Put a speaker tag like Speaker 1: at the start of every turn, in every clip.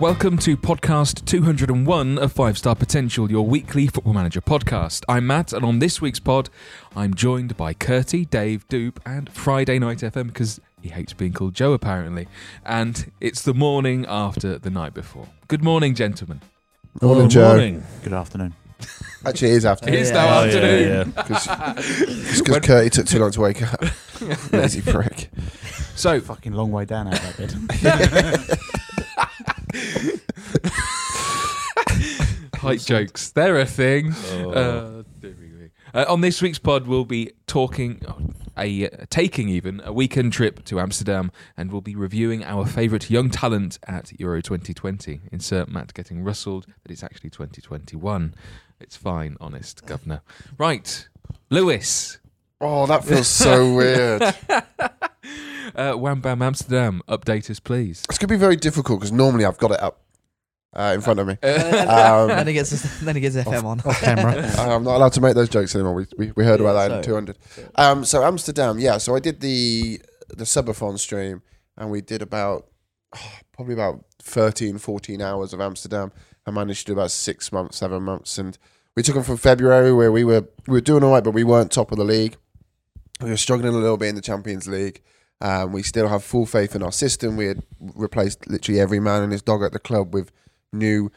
Speaker 1: Welcome to podcast 201 of Five Star Potential, your weekly football manager podcast. I'm Matt, and on this week's pod, I'm joined by Curty, Dave, Dupe, and Friday Night FM because he hates being called Joe apparently. And it's the morning after the night before. Good morning, gentlemen.
Speaker 2: Morning, Joe.
Speaker 3: Good afternoon.
Speaker 2: Actually, it is after
Speaker 1: It is now
Speaker 3: Oh, yeah,
Speaker 1: afternoon.
Speaker 3: yeah.
Speaker 2: because Curtie took too long to wake up. Lazy prick.
Speaker 1: So,
Speaker 3: Fucking long way down out of that bed.
Speaker 1: height jokes, they're a thing.
Speaker 3: Oh.
Speaker 1: Uh, there we go. Uh, on this week's pod, we'll be talking, oh, a taking even a weekend trip to Amsterdam, and we'll be reviewing our favourite young talent at Euro 2020. Insert Matt getting rustled that it's actually 2021. It's fine, honest governor. Right, Lewis,
Speaker 2: Oh, that feels so weird. It's
Speaker 1: uh, Wham Bam Amsterdam, update us, please.
Speaker 2: going to be very difficult because normally I've got it up uh, in front of me.
Speaker 4: then
Speaker 2: Um,
Speaker 4: he gets his, then he gets FM on.
Speaker 3: Camera.
Speaker 2: I'm not allowed to make those jokes anymore. We, we, we heard about
Speaker 4: Yeah,
Speaker 2: that in
Speaker 4: sorry.
Speaker 2: 200. Um, so Amsterdam, yeah. So I did the the subathon stream, and we did about oh, probably about 13, 14 hours of Amsterdam. I managed to do about six months, seven months, and we took them from February where we were we were doing all right, but we weren't top of the league. We were struggling a little bit in the Champions League. Um, we still have full faith in our system. We had replaced literally every man and his dog at the club with new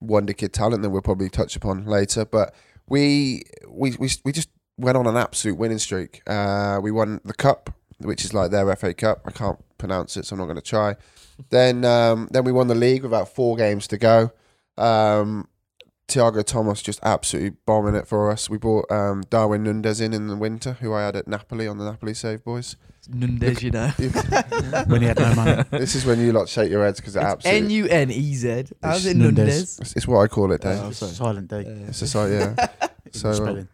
Speaker 2: wonder kid talent that we'll probably touch upon later. But we we we, we just went on an absolute winning streak. Uh, we won the cup, which is like their FA Cup. I can't pronounce it, so I'm not going to try. Then um, then we won the league with about four games to go. Um, Tiago Thomas just absolutely bombing it for us. We brought um, Darwin Nunez in in the winter, who I had at Napoli on the Napoli save, boys.
Speaker 4: Nunez, you know.
Speaker 3: when he had no money.
Speaker 2: this is when you lot shake your heads because it absolutely.
Speaker 4: N U N E Z. How's it
Speaker 3: Nunez.
Speaker 4: Nunez?
Speaker 2: it's, it's what I call it, Dave.
Speaker 3: Oh, sorry. Silent day.
Speaker 2: it's just like, yeah. so,
Speaker 3: So,
Speaker 2: um,
Speaker 3: spelling.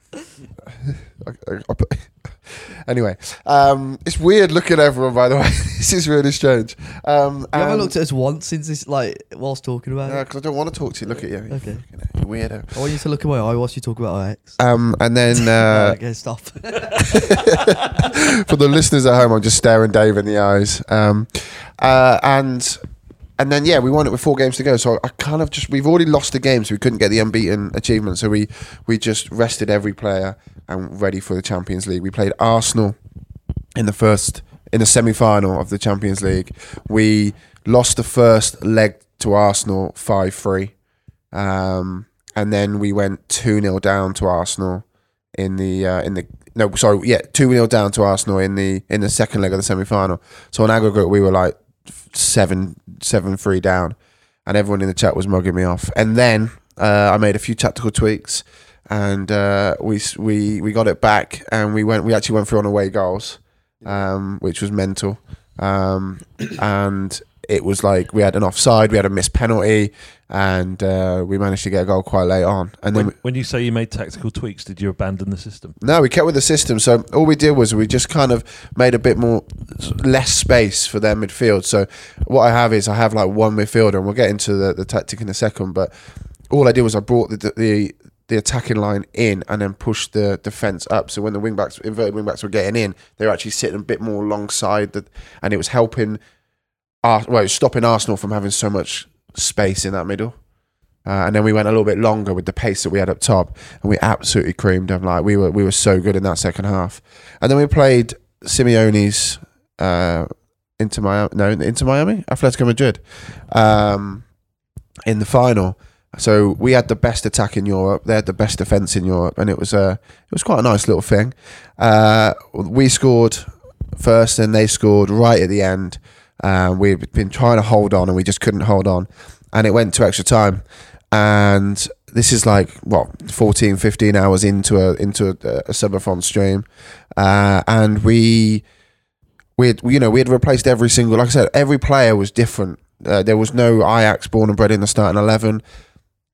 Speaker 2: I, I, I put- anyway, um, it's weird looking everyone. By the way, this is really strange. Um,
Speaker 4: You haven't
Speaker 2: and-
Speaker 4: looked at us once since this, like, whilst talking about
Speaker 2: No,
Speaker 4: it.
Speaker 2: 'cause I don't want to talk to you. Look at you, you
Speaker 4: Okay.
Speaker 2: fucking weirdo.
Speaker 4: I want you to look at my eye whilst you talk about our ex.
Speaker 2: Um, and then uh,
Speaker 4: okay, stop.
Speaker 2: for the listeners at home, I'm just staring Dave in the eyes. Um, uh, and and then yeah, we won it with four games to go. So I kind of just we've already lost the game, so we couldn't get the unbeaten achievement. So we we just rested every player and ready for the Champions League. We played Arsenal in the first in the semi final of the Champions League. We lost the first leg to Arsenal five three. Um, and then we went two 0 down to Arsenal in the uh, in the no sorry yeah two 0 down to Arsenal in the in the second leg of the semi final. So on aggregate we were like seven seven three down, and everyone in the chat was mugging me off. And then uh, I made a few tactical tweaks, and uh, we s- we we got it back, and we went we actually went through on away goals, um, which was mental, um, and. It was like we had an offside, we had a missed penalty, and uh, we managed to get a goal quite late on. And then
Speaker 5: When, when you say you made tactical tweaks, did you abandon the system?
Speaker 2: No, we kept with the system. So all we did was we just kind of made a bit more less space for their midfield. So what I have is I have like one midfielder, and we'll get into the, the tactic in a second. But all I did was I brought the the the attacking line in and then pushed the defence up. So when the wing backs inverted wing backs were getting in, they were actually sitting a bit more alongside the, and it was helping. Ar- well, it was stopping Arsenal from having so much space in that middle. Uh, and then we went a little bit longer with the pace that we had up top, and we absolutely creamed them. Like we were, we were so good in that second half. And then we played Simeone's uh, into Miami, no, into Miami, Atletico Madrid, um, in the final. So we had the best attack in Europe. They had the best defense in Europe, and it was a, it was quite a nice little thing. Uh, we scored first, and they scored right at the end. Uh, we'd been trying to hold on, and we just couldn't hold on, and it went to extra time and this is like what 14 15 hours into a into a, a subathon stream uh, and we we had, you know we had replaced every single like I said every player was different uh, there was no Ajax born and bred in the starting 11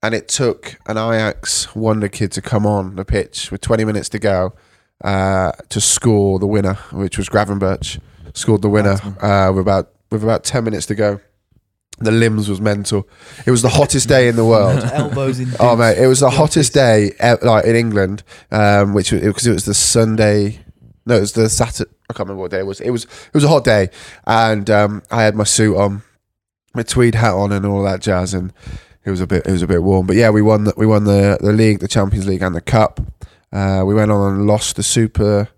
Speaker 2: and it took an Ajax wonder kid to come on the pitch with 20 minutes to go uh, to score the winner which was Gravenberch scored the winner uh, with about with about 10 minutes to go the limbs was mental it was the hottest day in the world
Speaker 4: Elbows in.
Speaker 2: Oh mate, it was the hottest day eh, like in England, um, which because it was the Sunday. No, it was the Saturday. I can't remember what day it was. It was it was a hot day, and um, I had my suit on, my tweed hat on and all that jazz, and it was a bit it was a bit warm. But yeah, we won the, we won the the league, the Champions League, and the cup. Uh, we went on and lost the Super,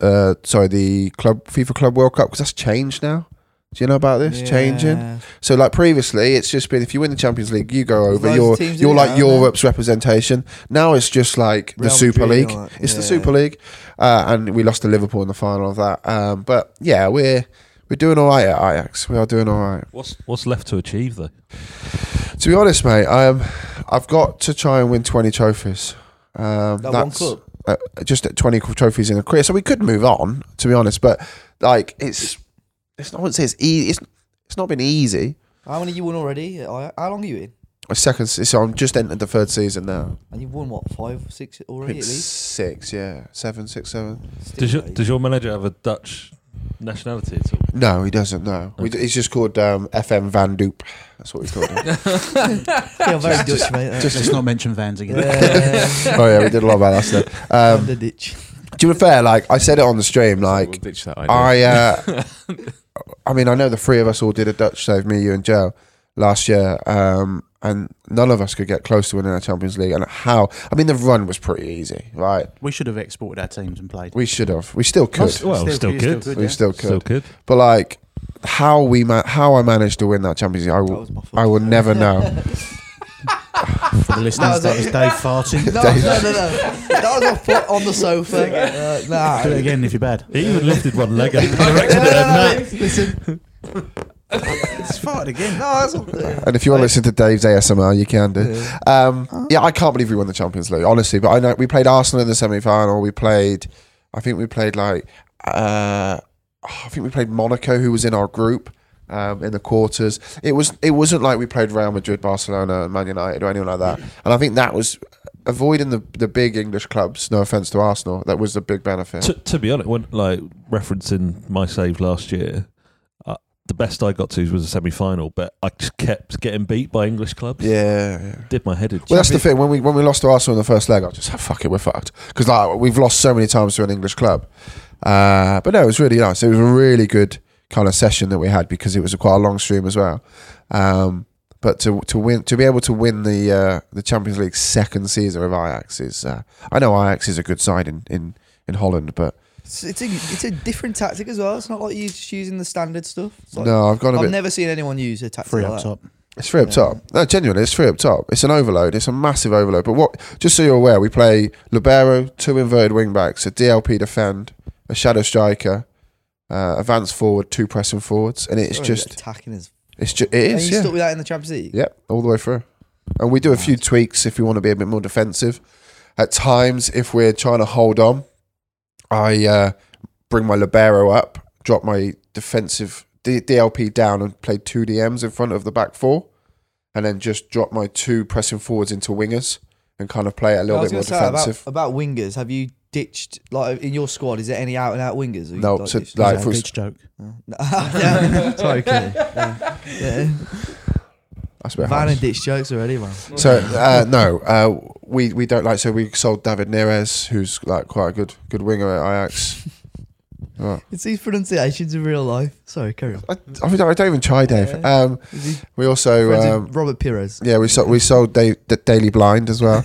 Speaker 2: uh, sorry, the club FIFA Club World Cup because that's changed now. Do you know about this changing? So like previously, it's just been if you win the Champions League, you go over.
Speaker 4: Loads of
Speaker 2: You're
Speaker 4: teams do
Speaker 2: you're
Speaker 4: it
Speaker 2: like
Speaker 4: now, don't they?
Speaker 2: Europe's representation. Now it's just like the
Speaker 4: Real
Speaker 2: Super
Speaker 4: Madrid,
Speaker 2: League.
Speaker 4: aren't it?
Speaker 2: It's the
Speaker 4: Yeah.
Speaker 2: Super League, uh, and we lost to Liverpool in the final of that. Um, but yeah, we're we're doing all right at Ajax. We are doing all right.
Speaker 5: What's what's left to achieve though?
Speaker 2: To be honest, mate, um, I've got to try and win twenty trophies. Um,
Speaker 4: That one
Speaker 2: that's-
Speaker 4: club.
Speaker 2: uh, just at 20 trophies in a career. So we could move on, to be honest. But like, it's it's not. I wouldn't say it's easy. It's it's not been easy.
Speaker 4: How many you won already? How how long are you in?
Speaker 2: My second. se- So I'm just entered the third season now.
Speaker 4: And you've won what five, six
Speaker 2: I
Speaker 4: already
Speaker 2: think
Speaker 4: at least.
Speaker 2: six. Yeah, seven, six, seven.
Speaker 4: Still
Speaker 5: Does your
Speaker 4: mate.
Speaker 5: does your manager have a Dutch nationality at all?
Speaker 2: No, he doesn't. No, we, he's just called um, FM Van Doop. That's what we called him.
Speaker 4: yeah, very Dutch, mate. aren't
Speaker 3: Let's not mention Vans
Speaker 4: you?
Speaker 3: again.
Speaker 4: yeah,
Speaker 2: oh yeah, we did a lot about that stuff. Um,
Speaker 4: the ditch.
Speaker 2: to be fair, like I said it on the stream,
Speaker 1: we'll
Speaker 2: like
Speaker 1: ditch that idea.
Speaker 2: I, uh, I mean, I know the three of us all did a Dutch save, me, you, and Joe, last year, um, and none of us could get close to winning our Champions League. And how? I mean, the run was pretty easy, right?
Speaker 3: We should have exported our teams and played.
Speaker 2: We should have. We still could.
Speaker 5: Well, still, good.
Speaker 2: we still could.
Speaker 5: Still good.
Speaker 2: But like, how we ma- how I managed to win that Champions League, I
Speaker 4: That
Speaker 2: will,
Speaker 4: was my
Speaker 2: I will
Speaker 4: fault.
Speaker 2: never know.
Speaker 3: For the listeners, that was Dave farting.
Speaker 4: No, no, no, no. That was my foot on the sofa. Uh, nah.
Speaker 3: Do it again if you're bad.
Speaker 5: He even lifted one leg up.
Speaker 4: No, no, no, no. Listen.
Speaker 3: It's farted again.
Speaker 4: No, that's not.
Speaker 2: And if you want to listen to Dave's ASMR, you can do. Um, yeah, I can't believe we won the Champions League, honestly. But I know we played Arsenal in the semi final. We played, I think we played like, uh, I think we played Monaco, who was in our group um, in the quarters. It was it wasn't like we played Real Madrid, Barcelona, and Man United or anyone like that. And I think that was avoiding the the big English clubs. No offense to Arsenal, that was the big benefit.
Speaker 5: to, to be honest, when like referencing my save last year, uh, the best I got to was a semi-final, but I just kept getting beat by English clubs.
Speaker 2: yeah. yeah.
Speaker 5: Did my head in.
Speaker 2: Well, that's the thing. When we when we lost to Arsenal in the first leg, I was just like, "Fuck it, we're fucked." Because like we've lost so many times to an English club. Uh, but no, it was really nice. It was a really good kind of session that we had because it was a quite a long stream as well. Um, but to to win to be able to win the uh, the Champions League second season of Ajax is uh, I know Ajax is a good side in in, in Holland, but
Speaker 4: It's, it's a it's a different tactic as well. It's not like you're just using the standard stuff. It's like-
Speaker 2: no, I've gone a
Speaker 4: I've
Speaker 2: bit.
Speaker 4: never seen anyone use a tactic
Speaker 3: Three
Speaker 4: like
Speaker 3: up
Speaker 4: that.
Speaker 3: top.
Speaker 2: It's free up
Speaker 4: Yeah.
Speaker 2: top. No, genuinely, it's free up top. It's an overload. It's a massive overload. But what? Just so you're aware, we play libero, two inverted wing backs, a DLP defend, a shadow striker, uh, advance forward, two pressing forwards, and it's
Speaker 4: Sorry,
Speaker 2: just,
Speaker 4: attacking is.
Speaker 2: it's just, it
Speaker 4: And
Speaker 2: is,
Speaker 4: you
Speaker 2: yeah,
Speaker 4: stuck with that in the Champions League.
Speaker 2: yeah, all the way through. And we do a few tweaks if we want to be a bit more defensive. At times, if we're trying to hold on, I uh, bring my libero up, drop my defensive D- DLP down, and play two DMs in front of the back four, and then just drop my two pressing forwards into wingers and kind of play it a
Speaker 4: I
Speaker 2: little
Speaker 4: was
Speaker 2: bit more
Speaker 4: going to say about,
Speaker 2: defensive.
Speaker 4: about wingers. Have you ditched like in your squad? Is there any out and out wingers? Or you,
Speaker 2: No,
Speaker 4: like,
Speaker 2: so,
Speaker 4: ditched-
Speaker 2: like,
Speaker 3: Is that
Speaker 2: for-
Speaker 3: a beach joke.
Speaker 4: No. Yeah. Sorry, Kelly. Yeah.
Speaker 2: That's a bit
Speaker 4: Van
Speaker 2: harsh.
Speaker 4: and ditch jokes already, man.
Speaker 2: So uh, no, uh, we we don't like. So we sold David Neres, who's like quite a good good winger at Ajax. Right.
Speaker 4: It's these pronunciations in real life. Sorry, carry on.
Speaker 2: I, I mean, I don't even try, Dave.
Speaker 4: Yeah.
Speaker 2: Um,
Speaker 4: Is he
Speaker 2: we also
Speaker 4: friends with
Speaker 2: um,
Speaker 4: Robert Pires.
Speaker 2: Yeah, we sold we sold da- the Daily Blind as well.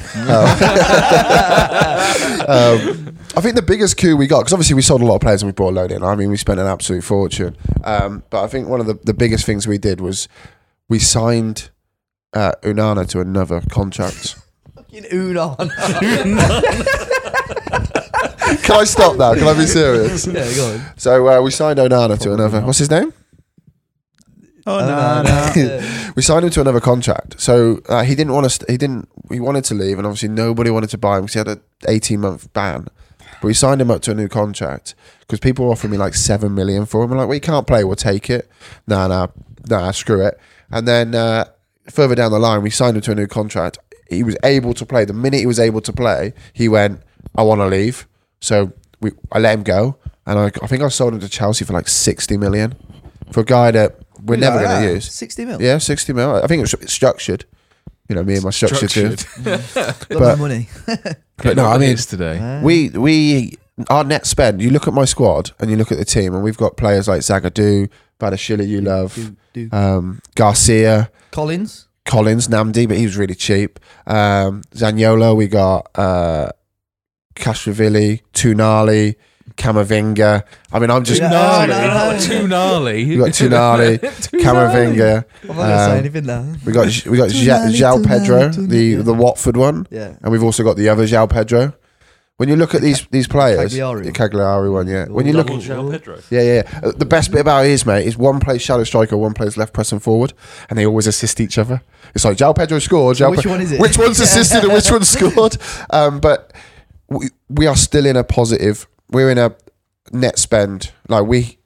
Speaker 2: Um, um, I think the biggest coup we got because obviously we sold a lot of players and we brought a load in. I mean, we spent an absolute fortune. Um, but I think one of the, the biggest things we did was we signed uh, Unana to another contract.
Speaker 4: Fucking Unan.
Speaker 2: Can I stop now? Can I be serious?
Speaker 4: yeah, go on.
Speaker 2: So uh, we signed Onana to another. What's his name?
Speaker 3: Oh,
Speaker 4: Uh, yeah.
Speaker 2: We signed him to another contract. So uh, he didn't want to. St- he didn't. He wanted to leave, and obviously nobody wanted to buy him because he had an eighteen month ban. But we signed him up to a new contract because people were offering me like seven million for him. I'm like, we can't play. We'll take it. Nah, nah, nah. Screw it. And then uh, further down the line, we signed him to a new contract. He was able to play. The minute he was able to play, he went, "I want to leave." So we, I let him go, and I, I think I sold him to Chelsea for like sixty million for a guy that we're
Speaker 4: Be
Speaker 2: never
Speaker 4: like
Speaker 2: going
Speaker 4: that.
Speaker 2: to use.
Speaker 4: 60 mil.
Speaker 2: Yeah, 60 mil. I think it was structured. You know, me and my structure too.
Speaker 4: Love
Speaker 2: but-
Speaker 4: my money. Uh,
Speaker 2: But no, I mean,
Speaker 1: today.
Speaker 2: we, we, our net spend, you look at my squad and you look at the team, and we've got players like Zagadou, Badashili, you love
Speaker 4: Do, do.
Speaker 2: um, Garcia,
Speaker 4: Collins.
Speaker 2: Collins, Namdi, but he was really cheap. Um, Zaniolo, we got uh, Castrovilli, Tunali, Camavinga. I mean, I'm just
Speaker 4: Yeah.
Speaker 1: Gnarly.
Speaker 4: no, no, no.
Speaker 1: Too gnarly.
Speaker 2: we got Tunali, Camavinga.
Speaker 4: I'm not gonna
Speaker 2: Um,
Speaker 4: say anything now.
Speaker 2: We got we got
Speaker 4: Tonali,
Speaker 2: Jao
Speaker 4: Tonali,
Speaker 2: Pedro,
Speaker 4: Tonali.
Speaker 2: the the Watford one,
Speaker 4: Yeah.
Speaker 2: and we've also got the other Jao Pedro. When you look at these these players,
Speaker 4: Cagliari.
Speaker 2: the Cagliari one, yeah. When you look,
Speaker 5: Double João Pedro.
Speaker 2: yeah, yeah. Uh, The best bit about it is, mate, is one plays shadow striker, one plays left press and forward, and they always assist each other. It's like Jao Pedro scored. Jao
Speaker 4: Which
Speaker 2: Pe-
Speaker 4: one is it?
Speaker 2: Which one's assisted and which one scored? Um, but we, we are still in a positive. We're in a net spend. Like we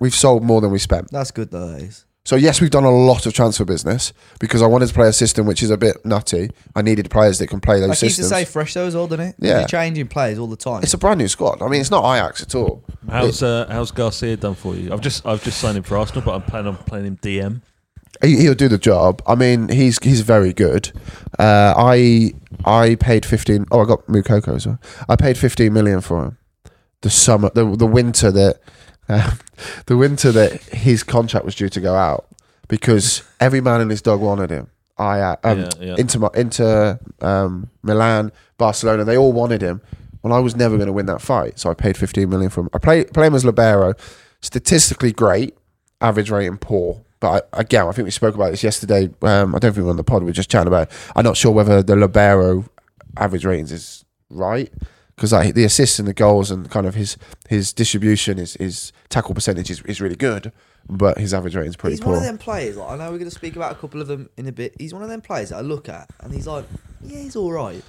Speaker 2: we've sold more than we spent.
Speaker 4: That's good though. That is.
Speaker 2: So yes, we've done a lot of transfer business because I wanted to play a system which is a bit nutty. I needed players that can play those
Speaker 4: I keep to
Speaker 2: systems.
Speaker 4: say fresh though as well, doesn't it? 'Cause
Speaker 2: Yeah.
Speaker 4: You're changing players all the time.
Speaker 2: it's a brand new squad. I mean, it's not Ajax at all.
Speaker 5: How's uh, how's Garcia done for you? I've just I've just signed him for Arsenal, but I'm planning on playing him DM.
Speaker 2: He, he'll do the job. I mean, he's he's very good. Uh, I I paid fifteen. Oh, I got Mukoko as well. I paid fifteen million for him. The summer, the the winter that, uh, the winter that his contract was due to go out because every man and his dog wanted him. I uh, um,
Speaker 5: Yeah, yeah.
Speaker 2: Inter Mi- Inter um, Milan, Barcelona, they all wanted him. Well, I was never going to win that fight, so I paid 15 million for him. I play play him as libero. Statistically great, average rating poor. But I, again, I think we spoke about this yesterday. Um, I don't think we were on the pod. We were just chatting about. It. I'm not sure whether the libero average ratings is right because like the assists and the goals and kind of his his distribution, his his tackle percentage is, is really good, but his average rating is pretty
Speaker 4: he's
Speaker 2: poor.
Speaker 4: one of them players. Like, I know we're going to speak about a couple of them in a bit. He's one of them players that I look at and he's like, yeah, he's all right,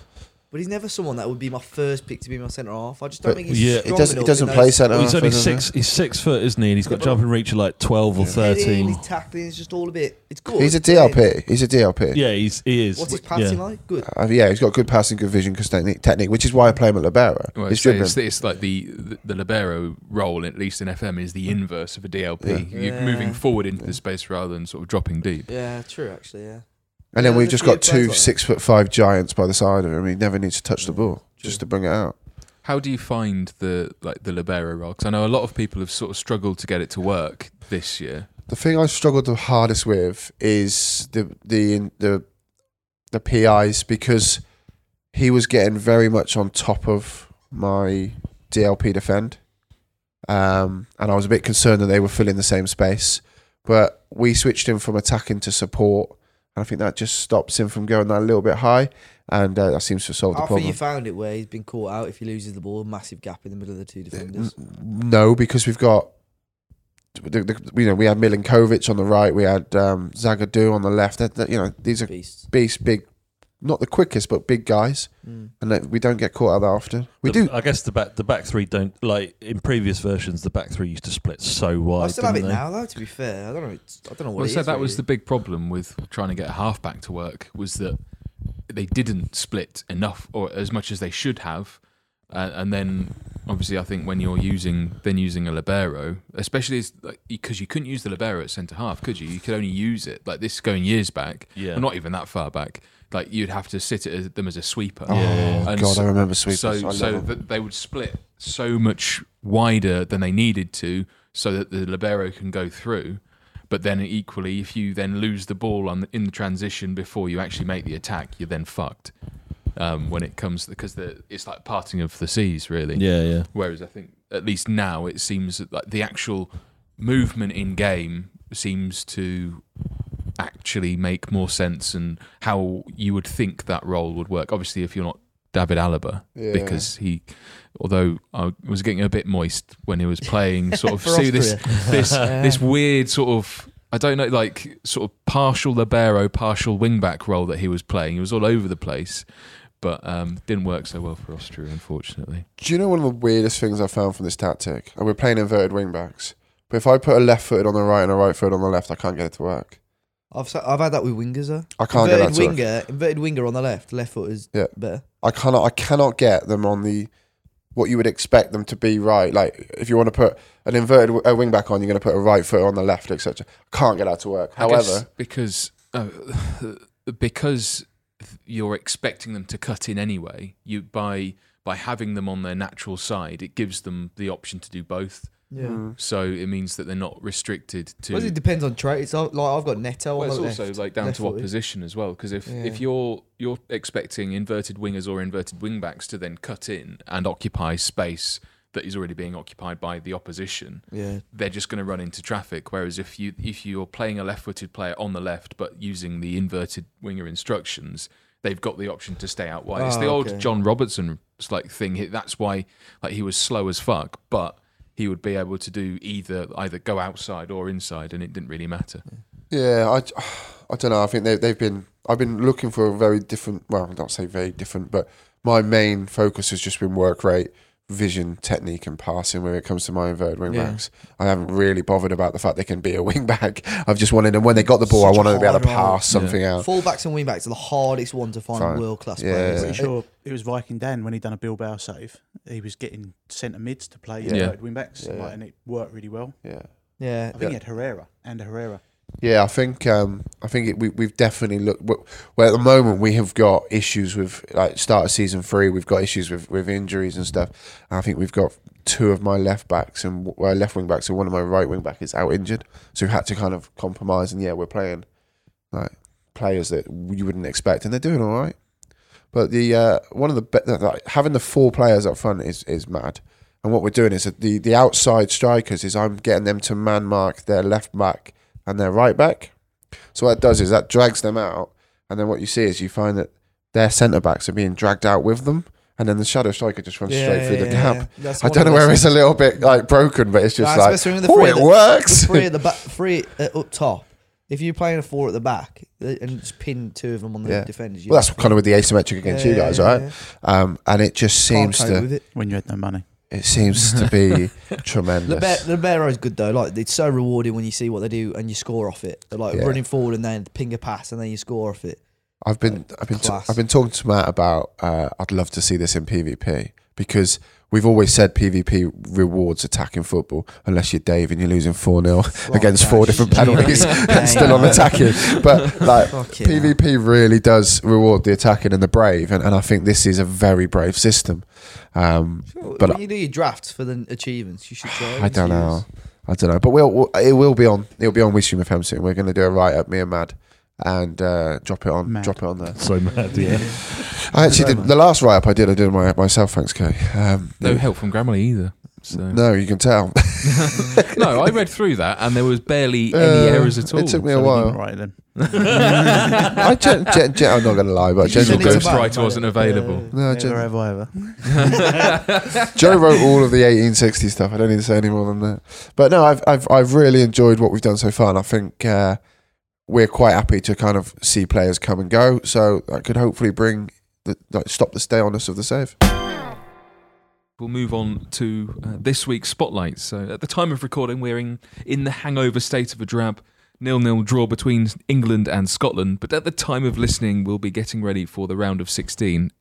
Speaker 4: but he's never someone that would be my first pick to be my centre half. I just don't
Speaker 2: But
Speaker 4: think he's
Speaker 5: yeah,
Speaker 2: It
Speaker 4: strong
Speaker 2: doesn't. It
Speaker 4: enough
Speaker 2: doesn't
Speaker 4: in
Speaker 2: play
Speaker 4: those-
Speaker 2: centre.
Speaker 5: Well, Oh, he's
Speaker 2: half,
Speaker 5: only
Speaker 2: doesn't he?
Speaker 5: six. He's six foot, isn't he? And he's got jumping reach of like twelve or
Speaker 4: He's heading,
Speaker 5: thirteen.
Speaker 4: He's tackling. He's just all a bit. It's good.
Speaker 2: He's a
Speaker 4: isn't it?
Speaker 2: DLP. He's a DLP.
Speaker 5: Yeah, he's he is.
Speaker 4: What's his
Speaker 5: yeah.
Speaker 4: passing like? Good.
Speaker 2: Uh, yeah, he's got good passing, good vision, good technique, technique, which is why I play him at libero.
Speaker 1: Well,
Speaker 2: he's
Speaker 1: it's, it's-
Speaker 2: dribbling.
Speaker 1: it's like the, the the libero role, at least in FM, is the inverse of a DLP.
Speaker 4: Mm. Yeah.
Speaker 1: You're
Speaker 4: Yeah.
Speaker 1: moving forward into the space rather than sort of dropping deep.
Speaker 4: Yeah, true. Actually, yeah.
Speaker 2: and then
Speaker 4: Yeah,
Speaker 2: we've
Speaker 4: there's
Speaker 2: just
Speaker 4: a few
Speaker 2: got two
Speaker 4: players like that.
Speaker 2: six foot five giants by the side of him. He never needs to touch the
Speaker 4: Yeah,
Speaker 2: ball
Speaker 4: true.
Speaker 2: just to bring it out.
Speaker 1: How do you find the like the libero role? Because I know a lot of people have sort of struggled to get it to work this year.
Speaker 2: The thing I struggled the hardest with is the the the the PIs because he was getting very much on top of my DLP defend, um, and I was a bit concerned that they were filling the same space. But we switched him from attacking to support, and I think that just stops him from going that little bit high, and uh, that seems to solve the
Speaker 4: I think
Speaker 2: problem.
Speaker 4: you found it where he's been caught out. If he loses the ball, massive gap in the middle of the two defenders.
Speaker 2: N- No, because we've got the, the, you know we had Milinkovic on the right, we had um, Zagadou on the left. That, that- you know these are
Speaker 4: Beast.
Speaker 2: beasts, big, not the quickest, but big guys,
Speaker 4: Mm.
Speaker 2: and that we don't get caught out that often. We
Speaker 5: The-
Speaker 2: do.
Speaker 5: I guess the back the back three don't like in previous versions. The back three used to split so wide.
Speaker 4: I still have it
Speaker 5: didn't they?
Speaker 4: now, though. To be fair, I don't know. It's, I don't know what.
Speaker 1: well,
Speaker 4: it
Speaker 1: so
Speaker 4: is,
Speaker 1: that was the
Speaker 4: really.
Speaker 1: big problem with trying to get a halfback to work was that they didn't split enough or as much as they should have, uh, and then obviously I think when you're using then using a libero, especially because like, because you couldn't use the libero at centre half, could you? You could only use it like this going years back,
Speaker 5: Yeah.
Speaker 1: well, not even that far back. Like you'd have to sit it as, them as a sweeper.
Speaker 2: Oh
Speaker 1: And
Speaker 2: God,
Speaker 1: so-
Speaker 2: I remember sweepers. I
Speaker 1: So,
Speaker 2: love
Speaker 1: so
Speaker 2: them.
Speaker 1: that they would split so much wider than they needed to, so that the libero can go through. But then equally, if you then lose the ball on the, in the transition before you actually make the attack, you're then fucked. Um, when it comes because the, it's like parting of the seas, really.
Speaker 5: Yeah, yeah.
Speaker 1: Whereas I think at least now it seems that like the actual movement in game seems to actually make more sense and how you would think that role would work. Obviously, if you're not David Alaba,
Speaker 2: Yeah.
Speaker 1: because he, although I was getting a bit moist when he was playing, sort of see this this this weird sort of. I don't know, like sort of partial libero, partial wingback role that he was playing. He was all over the place, but um, didn't work so well for Austria, unfortunately.
Speaker 2: Do you know one of the weirdest things I found from this tactic? And we're playing inverted wing backs. But if I put a left footed on the right and a right foot on the left, I can't get it to work.
Speaker 4: I've sa- I've had that with wingers though.
Speaker 2: I can't get
Speaker 4: inverted
Speaker 2: that to work.
Speaker 4: winger, inverted winger on the left, left foot is
Speaker 2: Yeah.
Speaker 4: better.
Speaker 2: I cannot. I cannot get them on the what you would expect them to be right. Like if you want to put an inverted w- a wing back on, you're going to put a right foot on the left, etc. Can't get that to work.
Speaker 1: I guess
Speaker 2: However,
Speaker 1: because uh, because you're expecting them to cut in anyway, you by by having them on their natural side, it gives them the option to do both.
Speaker 4: Yeah.
Speaker 2: Hmm.
Speaker 1: So it means that they're not restricted to.
Speaker 4: Well, Mm. it depends on trade. It's not like I've got Neto.
Speaker 1: Well,
Speaker 4: on
Speaker 1: it's
Speaker 4: the
Speaker 1: also
Speaker 4: left,
Speaker 1: like down
Speaker 4: left
Speaker 1: to what
Speaker 4: footed.
Speaker 1: position as well, because if,
Speaker 4: Yeah.
Speaker 1: if you're you're expecting inverted wingers or inverted wing backs to then cut in and occupy space that is already being occupied by the opposition,
Speaker 4: Yeah.
Speaker 1: they're just going to run into traffic. Whereas if you if you're playing a left-footed player on the left but using the inverted winger instructions, they've got the option to stay out wide. it's
Speaker 4: Ah,
Speaker 1: the old
Speaker 4: okay.
Speaker 1: John Robertson like thing. He- That's why like he was slow as fuck, but he would be able to do either either go outside or inside, and it didn't really matter.
Speaker 2: Yeah, I, I don't know. I think they, they've been. I've been looking for a very different. Well, I don't say very different, but my main focus has just been work rate, vision, technique, and passing. When it comes to my inverted wing
Speaker 4: Yeah.
Speaker 2: backs, I haven't really bothered about the fact they can be a wing back. I've just wanted them when they got the ball, I
Speaker 4: Such a
Speaker 2: wanted to be able to
Speaker 4: hard role.
Speaker 2: pass something out.
Speaker 4: Fullbacks and wingbacks are the hardest one to
Speaker 2: Fine.
Speaker 4: find world class
Speaker 2: Yeah.
Speaker 4: players.
Speaker 3: Pretty
Speaker 2: Yeah.
Speaker 3: sure it was Viking Dan when he done a Bilbao save. He was getting centre mids to play
Speaker 1: Yeah.
Speaker 3: yeah. wing backs,
Speaker 2: Yeah.
Speaker 3: like, and it worked really well.
Speaker 2: Yeah,
Speaker 4: Yeah.
Speaker 3: I think he had Herrera and Herrera.
Speaker 2: yeah. I think um, I think it, we, we've definitely looked. Well, at the moment we have got issues with like start of season three. We've got issues with with injuries and stuff. I think we've got two of my left backs and well, left wing backs and one of my right wing back is out injured. So we've had to kind of compromise. And yeah, we're playing like players that you wouldn't expect, and they're doing all right. But the uh, one of the be- that- that- having the four players up front is is mad. And what we're doing is that the the outside strikers is I'm getting them to man mark their left back and their right back. So what that does is that drags them out, and then what you see is you find that their centre backs are being dragged out with them, and then the shadow striker just runs
Speaker 4: Yeah,
Speaker 2: straight through the
Speaker 4: yeah,
Speaker 2: gap.
Speaker 4: yeah. That's
Speaker 2: I
Speaker 4: one
Speaker 2: don't
Speaker 4: of
Speaker 2: know
Speaker 4: the
Speaker 2: where
Speaker 4: best-
Speaker 2: it's a little bit like broken, but it's just
Speaker 4: Nah,
Speaker 2: like
Speaker 4: especially when the
Speaker 2: oh,
Speaker 4: three
Speaker 2: it
Speaker 4: at the-
Speaker 2: works.
Speaker 4: The three at the back, three at, up top. If you're playing a four at the back uh, and just pin two of them on the
Speaker 2: Yeah.
Speaker 4: defenders, you
Speaker 2: Well, that's kind of with the asymmetric against you
Speaker 4: Yeah,
Speaker 2: guys,
Speaker 4: yeah,
Speaker 2: right?
Speaker 4: yeah.
Speaker 2: Um, and it just
Speaker 4: Can't
Speaker 2: seems
Speaker 4: cope
Speaker 2: to
Speaker 4: with it.
Speaker 3: When you had no money.
Speaker 2: it seems to be tremendous.
Speaker 4: Liber- Libero is good though. Like it's so rewarding when you see what they do and you score off it. They're like
Speaker 2: Yeah.
Speaker 4: running forward and then ping a pass and then you score off it.
Speaker 2: I've been I've been t-
Speaker 4: Class.
Speaker 2: I've been talking to Matt about uh, I'd love to see this in PvP because we've always said PvP rewards attacking football unless you're Dave and you're losing 4-0 against four different penalties and still on attacking but like
Speaker 4: Fucking hell.
Speaker 2: PvP really does reward the attacking and the brave and, and I think this is a very brave system um,
Speaker 4: But
Speaker 2: But
Speaker 4: when you do your drafts for the achievements, you should try.
Speaker 2: I don't know. I don't know, but we'll, we'll it will be on. It'll be on WeStream FM soon. We're going to do a write up, me and Mad, and uh, drop it on.
Speaker 3: Mad.
Speaker 2: Drop it on there.
Speaker 5: So mad, yeah.
Speaker 2: I actually did the last write up I did. I did my, myself. Thanks, Kay. Um,
Speaker 1: No help from Grammarly either. So.
Speaker 2: no, you can tell.
Speaker 1: no, I read through that and there was barely any
Speaker 2: Uh,
Speaker 1: errors at all.
Speaker 2: It took me
Speaker 3: So
Speaker 2: a
Speaker 3: they didn't
Speaker 2: while.
Speaker 3: write them.
Speaker 2: I gen- gen- gen- I'm not going to lie, but
Speaker 4: Did you
Speaker 2: General
Speaker 4: send it to
Speaker 2: Ghost.
Speaker 4: Matt?
Speaker 1: ghostwriter wasn't available.
Speaker 2: No,
Speaker 3: Never
Speaker 2: gen-
Speaker 3: have I ever.
Speaker 2: Joe wrote all of the 1860 stuff. I don't need to say any more than that. But no, I've I've I've really enjoyed what we've done so far, and I think uh, we're quite happy to kind of see players come and go. So that could hopefully bring the like, stop the stay on us of the save.
Speaker 1: We'll move on to uh, this week's spotlight. So, at the time of recording, we're in, in the hangover state of a drab nil nil draw between England and Scotland. But at the time of listening, we'll be getting ready for the round of 16.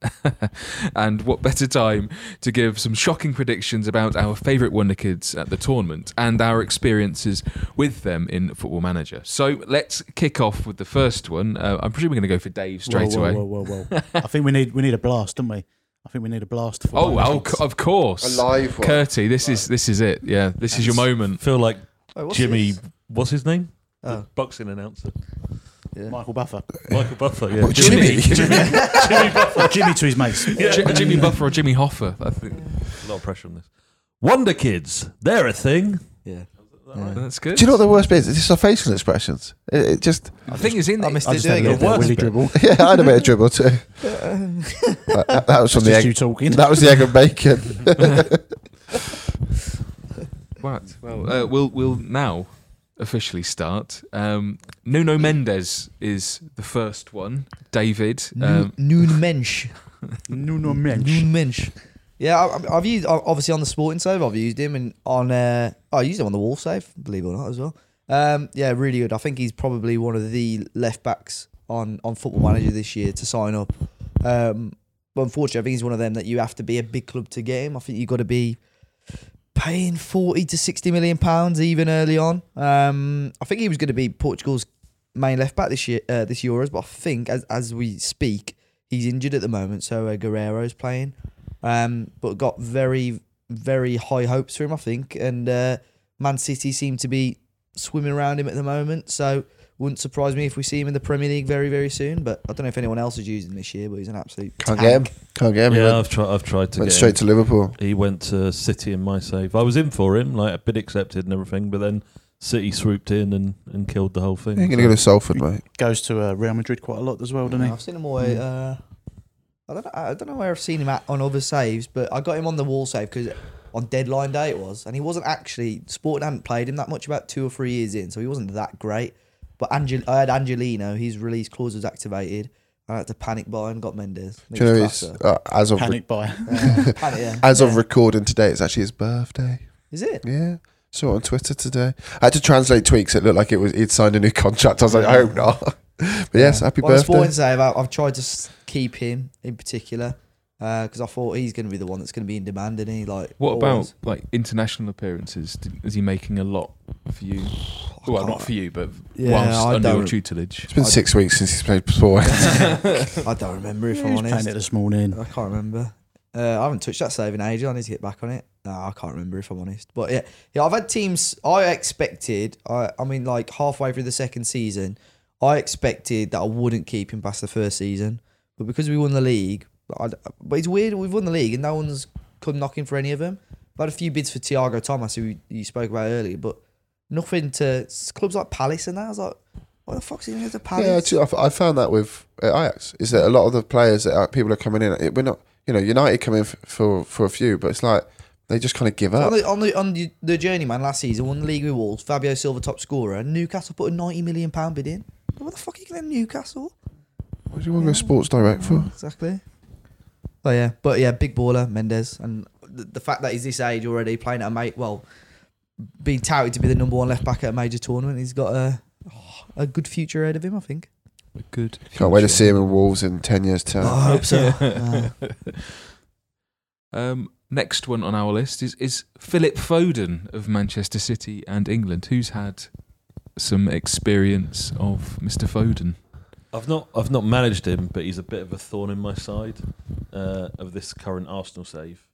Speaker 1: and what better time to give some shocking predictions about our favourite Wonder Kids at the tournament and our experiences with them in Football Manager. So, let's kick off with the first one. Uh, I'm presuming we're going to go for Dave straight
Speaker 3: Whoa,
Speaker 1: away.
Speaker 3: whoa, whoa, whoa, whoa. I think we need we need a blast, don't we? I think we need a blast for.
Speaker 1: Oh,
Speaker 3: one.
Speaker 1: oh, c- of course.
Speaker 2: live
Speaker 1: Curty, this is this is it. Yeah, this is your moment.
Speaker 5: Feel like
Speaker 4: Wait, what's
Speaker 5: Jimmy.
Speaker 4: this?
Speaker 5: What's his name?
Speaker 4: Oh,
Speaker 5: Boxing announcer.
Speaker 4: yeah.
Speaker 3: Michael Buffer.
Speaker 5: Michael Buffer. Yeah.
Speaker 2: Jimmy.
Speaker 5: Jimmy Buffer.
Speaker 3: Jimmy to his mates. Mm.
Speaker 1: J- Jimmy Buffer or Jimmy Hoffa? I think
Speaker 5: A lot of pressure on this. Wonder Kids. They're a thing.
Speaker 4: yeah.
Speaker 1: that's good.
Speaker 2: Do you know what the worst bit is? It's our facial expressions. It, it just
Speaker 1: I think it's in
Speaker 4: I
Speaker 1: there.
Speaker 4: missed
Speaker 3: I
Speaker 4: it
Speaker 3: just had a
Speaker 4: doing
Speaker 3: little
Speaker 4: it.
Speaker 3: bit of
Speaker 2: What's bit?
Speaker 3: willy dribble.
Speaker 2: yeah, I had a bit of dribble too.
Speaker 4: Ah,
Speaker 2: that, that- that was from
Speaker 3: Just
Speaker 2: the egg.
Speaker 3: you talking.
Speaker 2: That was the egg and bacon.
Speaker 1: What? Well, uh, we'll we'll now officially start. Um, Nuno Mendes is the first one. David.
Speaker 4: Nu-
Speaker 1: Um,
Speaker 4: Noon Mensch.
Speaker 3: Nuno
Speaker 4: Noon Mensch. Yeah, I- I- I've used obviously on the sporting save. I've used him and on uh, oh, I used him on the wall save, believe it or not, as well. Um, yeah, really good. I think he's probably one of the left backs on on Football Manager this year to sign up. Um, but unfortunately, I think he's one of them that you have to be a big club to get him. I think you've got to be paying forty to sixty million pounds even early on. Um, I think he was going to be Portugal's main left back this year, uh, this Euros, but I think as as we speak, he's injured at the moment, so uh, Guerrero's playing. Um, but got very very high hopes for him, I think. And uh, Man City seem to be swimming around him at the moment. So wouldn't surprise me if we see him in the Premier League very, very soon. But I don't know if anyone else has used him this year, but he's an absolute.
Speaker 2: Can't
Speaker 4: tank.
Speaker 2: get him. Can't get him. He
Speaker 5: yeah,
Speaker 2: went,
Speaker 5: I've tried. I've tried to
Speaker 2: went
Speaker 5: get
Speaker 2: straight
Speaker 5: him.
Speaker 2: to Liverpool.
Speaker 5: He went to City in my save. I was in for him, like a bid accepted and everything, but then City swooped in and, and killed the whole thing.
Speaker 2: He's gonna go to Salford, mate.
Speaker 3: Goes to uh, Real Madrid quite a lot as well, doesn't he?
Speaker 4: I've seen him
Speaker 1: Hmm.
Speaker 4: away. Uh, I don't know. I don't know where I've seen him at on other saves, but I got him on the wall save because on deadline day it was, and he wasn't actually. Sporting hadn't played him that much about two or three years in, so he wasn't that great. But Angel, I had Angelino. His release clause was activated. I had to panic buy and got Mendes.
Speaker 2: Do you know he's uh, as of re-
Speaker 3: Panic buy.
Speaker 4: Uh, panic, yeah.
Speaker 2: as
Speaker 4: Yeah.
Speaker 2: of recording today? It's actually his birthday.
Speaker 4: is it?
Speaker 2: Yeah. Saw it on Twitter today. I had to translate tweaks. It looked like it was he'd signed a new contract. I was like, I hope not. But yes, happy
Speaker 4: Well, on the
Speaker 2: birthday.
Speaker 4: sporting save, I, I've tried to s- keep him in particular because I thought he's going to be the one that's going to be in demand, and he like
Speaker 1: What
Speaker 4: always.
Speaker 1: about like international appearances? Did, is he making a lot for you? well,
Speaker 4: can't-
Speaker 2: Oh,
Speaker 1: not for you, but
Speaker 4: Yeah,
Speaker 1: whilst
Speaker 4: I
Speaker 1: under your
Speaker 4: don't-
Speaker 1: tutelage.
Speaker 2: It's been six weeks since he's played before.
Speaker 4: I don't remember if
Speaker 3: He
Speaker 4: I'm
Speaker 3: was
Speaker 4: honest.
Speaker 3: playing it this morning.
Speaker 4: I can't remember. Uh, I haven't touched that save in ages. I need to get back on it. No, I can't remember if I'm honest. But yeah, yeah, I've had teams. I expected. I, I mean, like halfway through the second season, I expected that I wouldn't keep him past the first season. But because we won the league, I, but it's weird. We've won the league and no one's come knocking for any of them. I've had a few bids for Thiago Thomas, who you spoke about earlier, but nothing to clubs like Palace and that. I was like, what the fuck's he going to Palace?
Speaker 2: yeah, actually, I I found that with uh, Ajax is that a lot of the players that are, people are coming in. It, we're not, you know, United come in f- for for a few, but it's like they just kind of give
Speaker 4: On
Speaker 2: up.
Speaker 4: the, on the on the, the journeyman last season, won the league with Wolves. Fabio Silva top scorer. and Newcastle put a ninety million pound bid in. What the fuck are you going to Newcastle?
Speaker 2: What do you want to go Sports Direct for?
Speaker 4: Exactly. Oh yeah, but yeah, big baller Mendes, and the, the fact that he's this age already playing at a mate, well, being touted to be the number one left back at a major tournament, he's got a a good future ahead of him, I think.
Speaker 1: Good.
Speaker 2: Can't wait to see him in Wolves in ten years' time.
Speaker 4: I hope so. Uh,
Speaker 1: Um, next one on our list is is Philip Foden of Manchester City and England, who's had some experience of Mr. Foden.
Speaker 5: I've not I've not managed him, but he's a bit of a thorn in my side uh, of this current Arsenal save.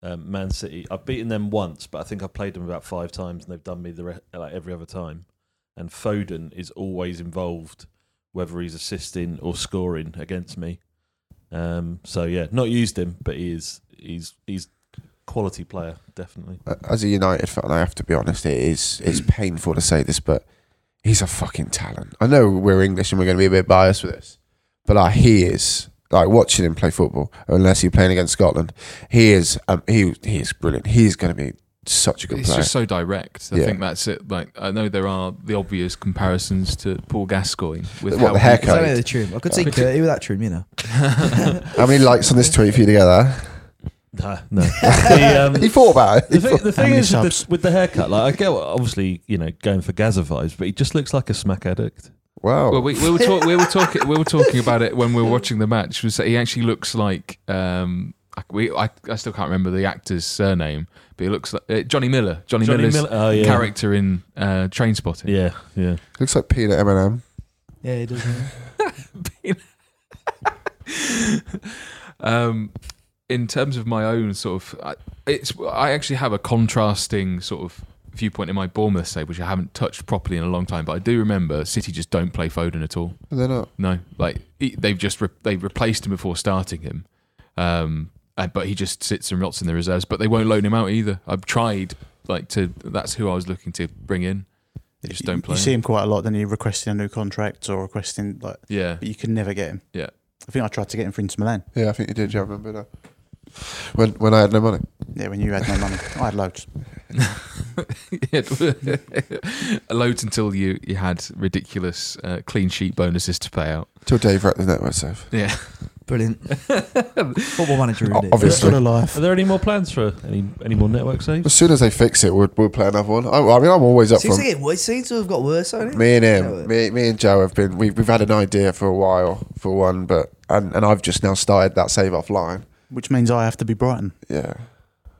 Speaker 5: Um, Man City. I've beaten them once, but I think I've played them about five times, and they've done me the re- like every other time. And Foden is always involved, whether he's assisting or scoring against me. Um, so yeah, not used him, but he is he's he's quality player definitely.
Speaker 2: As a United fan, I have to be honest. It is it's painful to say this, but he's a fucking talent. I know we're English and we're going to be a bit biased with this, but like he is like watching him play football. Unless you're playing against Scotland, he is um, he he is brilliant. He's going to be such a good
Speaker 1: It's
Speaker 2: player.
Speaker 1: just so direct. I
Speaker 2: Yeah.
Speaker 1: think that's it. Like I know there are the obvious comparisons to Paul Gascoigne with
Speaker 2: What,
Speaker 1: how
Speaker 2: the
Speaker 1: he-
Speaker 4: it's only
Speaker 2: haircut?
Speaker 4: the trim. I could see Curtie with that trim, you know.
Speaker 2: How many likes on this tweet for you to get that?
Speaker 5: Nah, no, The, um,
Speaker 2: He thought about it.
Speaker 5: The thing, the thing
Speaker 3: many
Speaker 5: is with
Speaker 3: subs?
Speaker 5: the, with the haircut, like I get what, obviously you know going for Gaza vibes, but he just looks like a smack addict.
Speaker 2: Wow.
Speaker 1: Well, we, we were talk, we were talking we were talking about it when we were watching the match. Was that he actually looks like um I, we I, I still can't remember the actor's surname, but he looks like uh, Johnny Miller. Johnny, Miller's
Speaker 5: oh, yeah.
Speaker 1: character in uh, Train Spotting.
Speaker 5: Yeah, yeah.
Speaker 2: Looks like peanut M&M.
Speaker 4: Yeah, he does. yeah.
Speaker 1: Um, in terms of my own sort of, I, it's I actually have a contrasting sort of viewpoint in my Bournemouth save, which I haven't touched properly in a long time. But I do remember City just don't play Foden at all.
Speaker 2: They're not.
Speaker 1: No, like he, they've just re- they've replaced him before starting him, um, uh, but he just sits and rots in the reserves. But they won't loan him out either. I've tried like to. That's who I was looking to bring in. They just don't play.
Speaker 3: You
Speaker 1: him.
Speaker 3: see him quite a lot, then you're requesting a new contract or requesting like,
Speaker 1: Yeah,
Speaker 3: but you can never get him.
Speaker 1: Yeah.
Speaker 3: I think I tried to get him for Inter Milan.
Speaker 2: Yeah, I think you did. Yeah, I remember that. When, when I had no money.
Speaker 3: Yeah, when you had no money, I had loads.
Speaker 1: loads until you you had ridiculous uh, clean sheet bonuses to pay out.
Speaker 2: Till Dave wrecked the network safe.
Speaker 1: Yeah.
Speaker 4: Brilliant. Football manager.
Speaker 2: O-
Speaker 4: ruined it.
Speaker 2: obviously.
Speaker 3: Sort of life.
Speaker 5: Are there any more plans for any any more network saves?
Speaker 2: As soon as they fix it, we'll, we'll play another one. I, I mean, I'm always up
Speaker 4: Seems
Speaker 2: for
Speaker 4: to get worse. Seems to have got worse, hasn't it?
Speaker 2: me and
Speaker 4: Yeah.
Speaker 2: him. Me, me and Joe have been. We've, we've had an idea for a while for one, but and, and I've just now started that save offline.
Speaker 3: Which means I have to be Brighton.
Speaker 2: Yeah,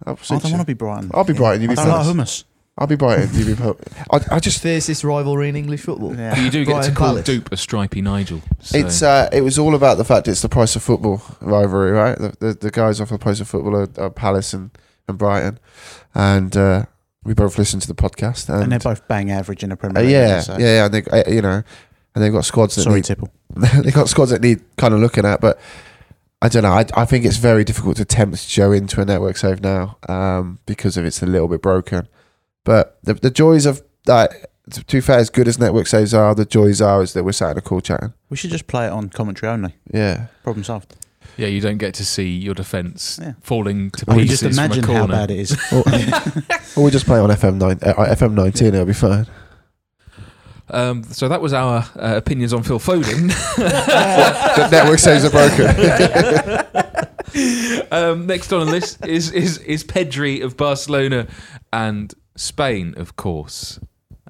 Speaker 2: I'll,
Speaker 3: I don't want to be Brighton.
Speaker 2: I'll be Brighton. You
Speaker 3: I
Speaker 2: be
Speaker 3: don't like
Speaker 2: Palace.
Speaker 3: hummus.
Speaker 2: I'll be Brighton. You be Palace. I, I just
Speaker 4: fiercest rivalry in English football.
Speaker 3: Yeah.
Speaker 1: But you do get
Speaker 4: Brighton
Speaker 1: to call
Speaker 4: Palace.
Speaker 1: Dupe a stripy Nigel. So.
Speaker 2: It's uh, it was all about the fact it's the price of football rivalry, right? The the, the guys off the price of football are, are Palace and and Brighton, and uh, we both listened to the podcast. And,
Speaker 3: and they're both bang average in the
Speaker 2: uh,
Speaker 3: Premier League.
Speaker 2: yeah,
Speaker 3: so-
Speaker 2: yeah, yeah, and they, uh, you know, and they've got squads that
Speaker 3: Sorry,
Speaker 2: need
Speaker 3: Tipple.
Speaker 2: they got squads that need kind of looking at, but I don't know. I, I think it's very difficult to tempt Joe into a network save now um, because of it's a little bit broken. But the, the joys of that, to be fair, as good as network saves are, the joys are is that we're sat in a call chatting.
Speaker 3: We should just play it on commentary only.
Speaker 2: Yeah.
Speaker 3: Problem solved.
Speaker 1: Yeah, you don't get to see your defence
Speaker 3: Yeah.
Speaker 1: falling to
Speaker 3: I can
Speaker 1: pieces
Speaker 3: just imagine
Speaker 1: from a
Speaker 3: how
Speaker 1: corner.
Speaker 3: bad it is.
Speaker 2: or, or we just play on FM nine, uh, FM nineteen. It'll be fine.
Speaker 1: Um, so that was our uh, opinions on Phil Foden.
Speaker 2: The network saves are broken.
Speaker 1: um, next on the list is is is Pedri of Barcelona and Spain, of course.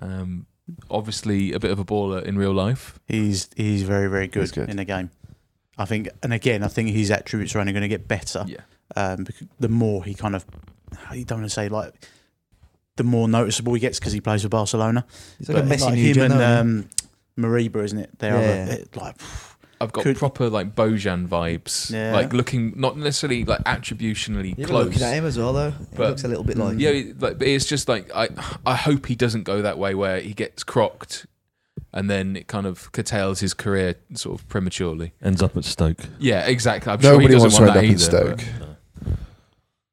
Speaker 1: Um, obviously, a bit of a baller in real life.
Speaker 3: He's he's very very good,
Speaker 2: He's good.
Speaker 3: in the game. I think, and again, I think his attributes are only going to get better.
Speaker 1: Yeah.
Speaker 3: Um, because the more he kind of, you don't want to say like, the more noticeable he gets because he plays for Barcelona.
Speaker 4: He's like a
Speaker 3: But
Speaker 4: messy new
Speaker 3: him
Speaker 4: gen,
Speaker 3: and
Speaker 4: though, isn't
Speaker 3: um, Mariba, isn't it? They're
Speaker 4: Yeah.
Speaker 3: like
Speaker 1: I've got
Speaker 3: Could-
Speaker 1: proper like Bojan vibes,
Speaker 3: Yeah.
Speaker 1: like looking not necessarily like attributionally
Speaker 4: he? You're
Speaker 1: close.
Speaker 4: looking at him as well, though. He
Speaker 1: But-
Speaker 4: looks a little bit like.
Speaker 1: Yeah, it- like, but it's just like I, I hope he doesn't go that way where he gets crocked, and then it kind of curtails his career sort of prematurely.
Speaker 5: Ends up at Stoke. uh,
Speaker 1: Yeah, exactly. I'm sure he
Speaker 2: Nobody
Speaker 1: doesn't
Speaker 2: wants to
Speaker 1: want
Speaker 2: end
Speaker 1: that
Speaker 2: up in
Speaker 1: either.
Speaker 2: Stoke.
Speaker 1: but-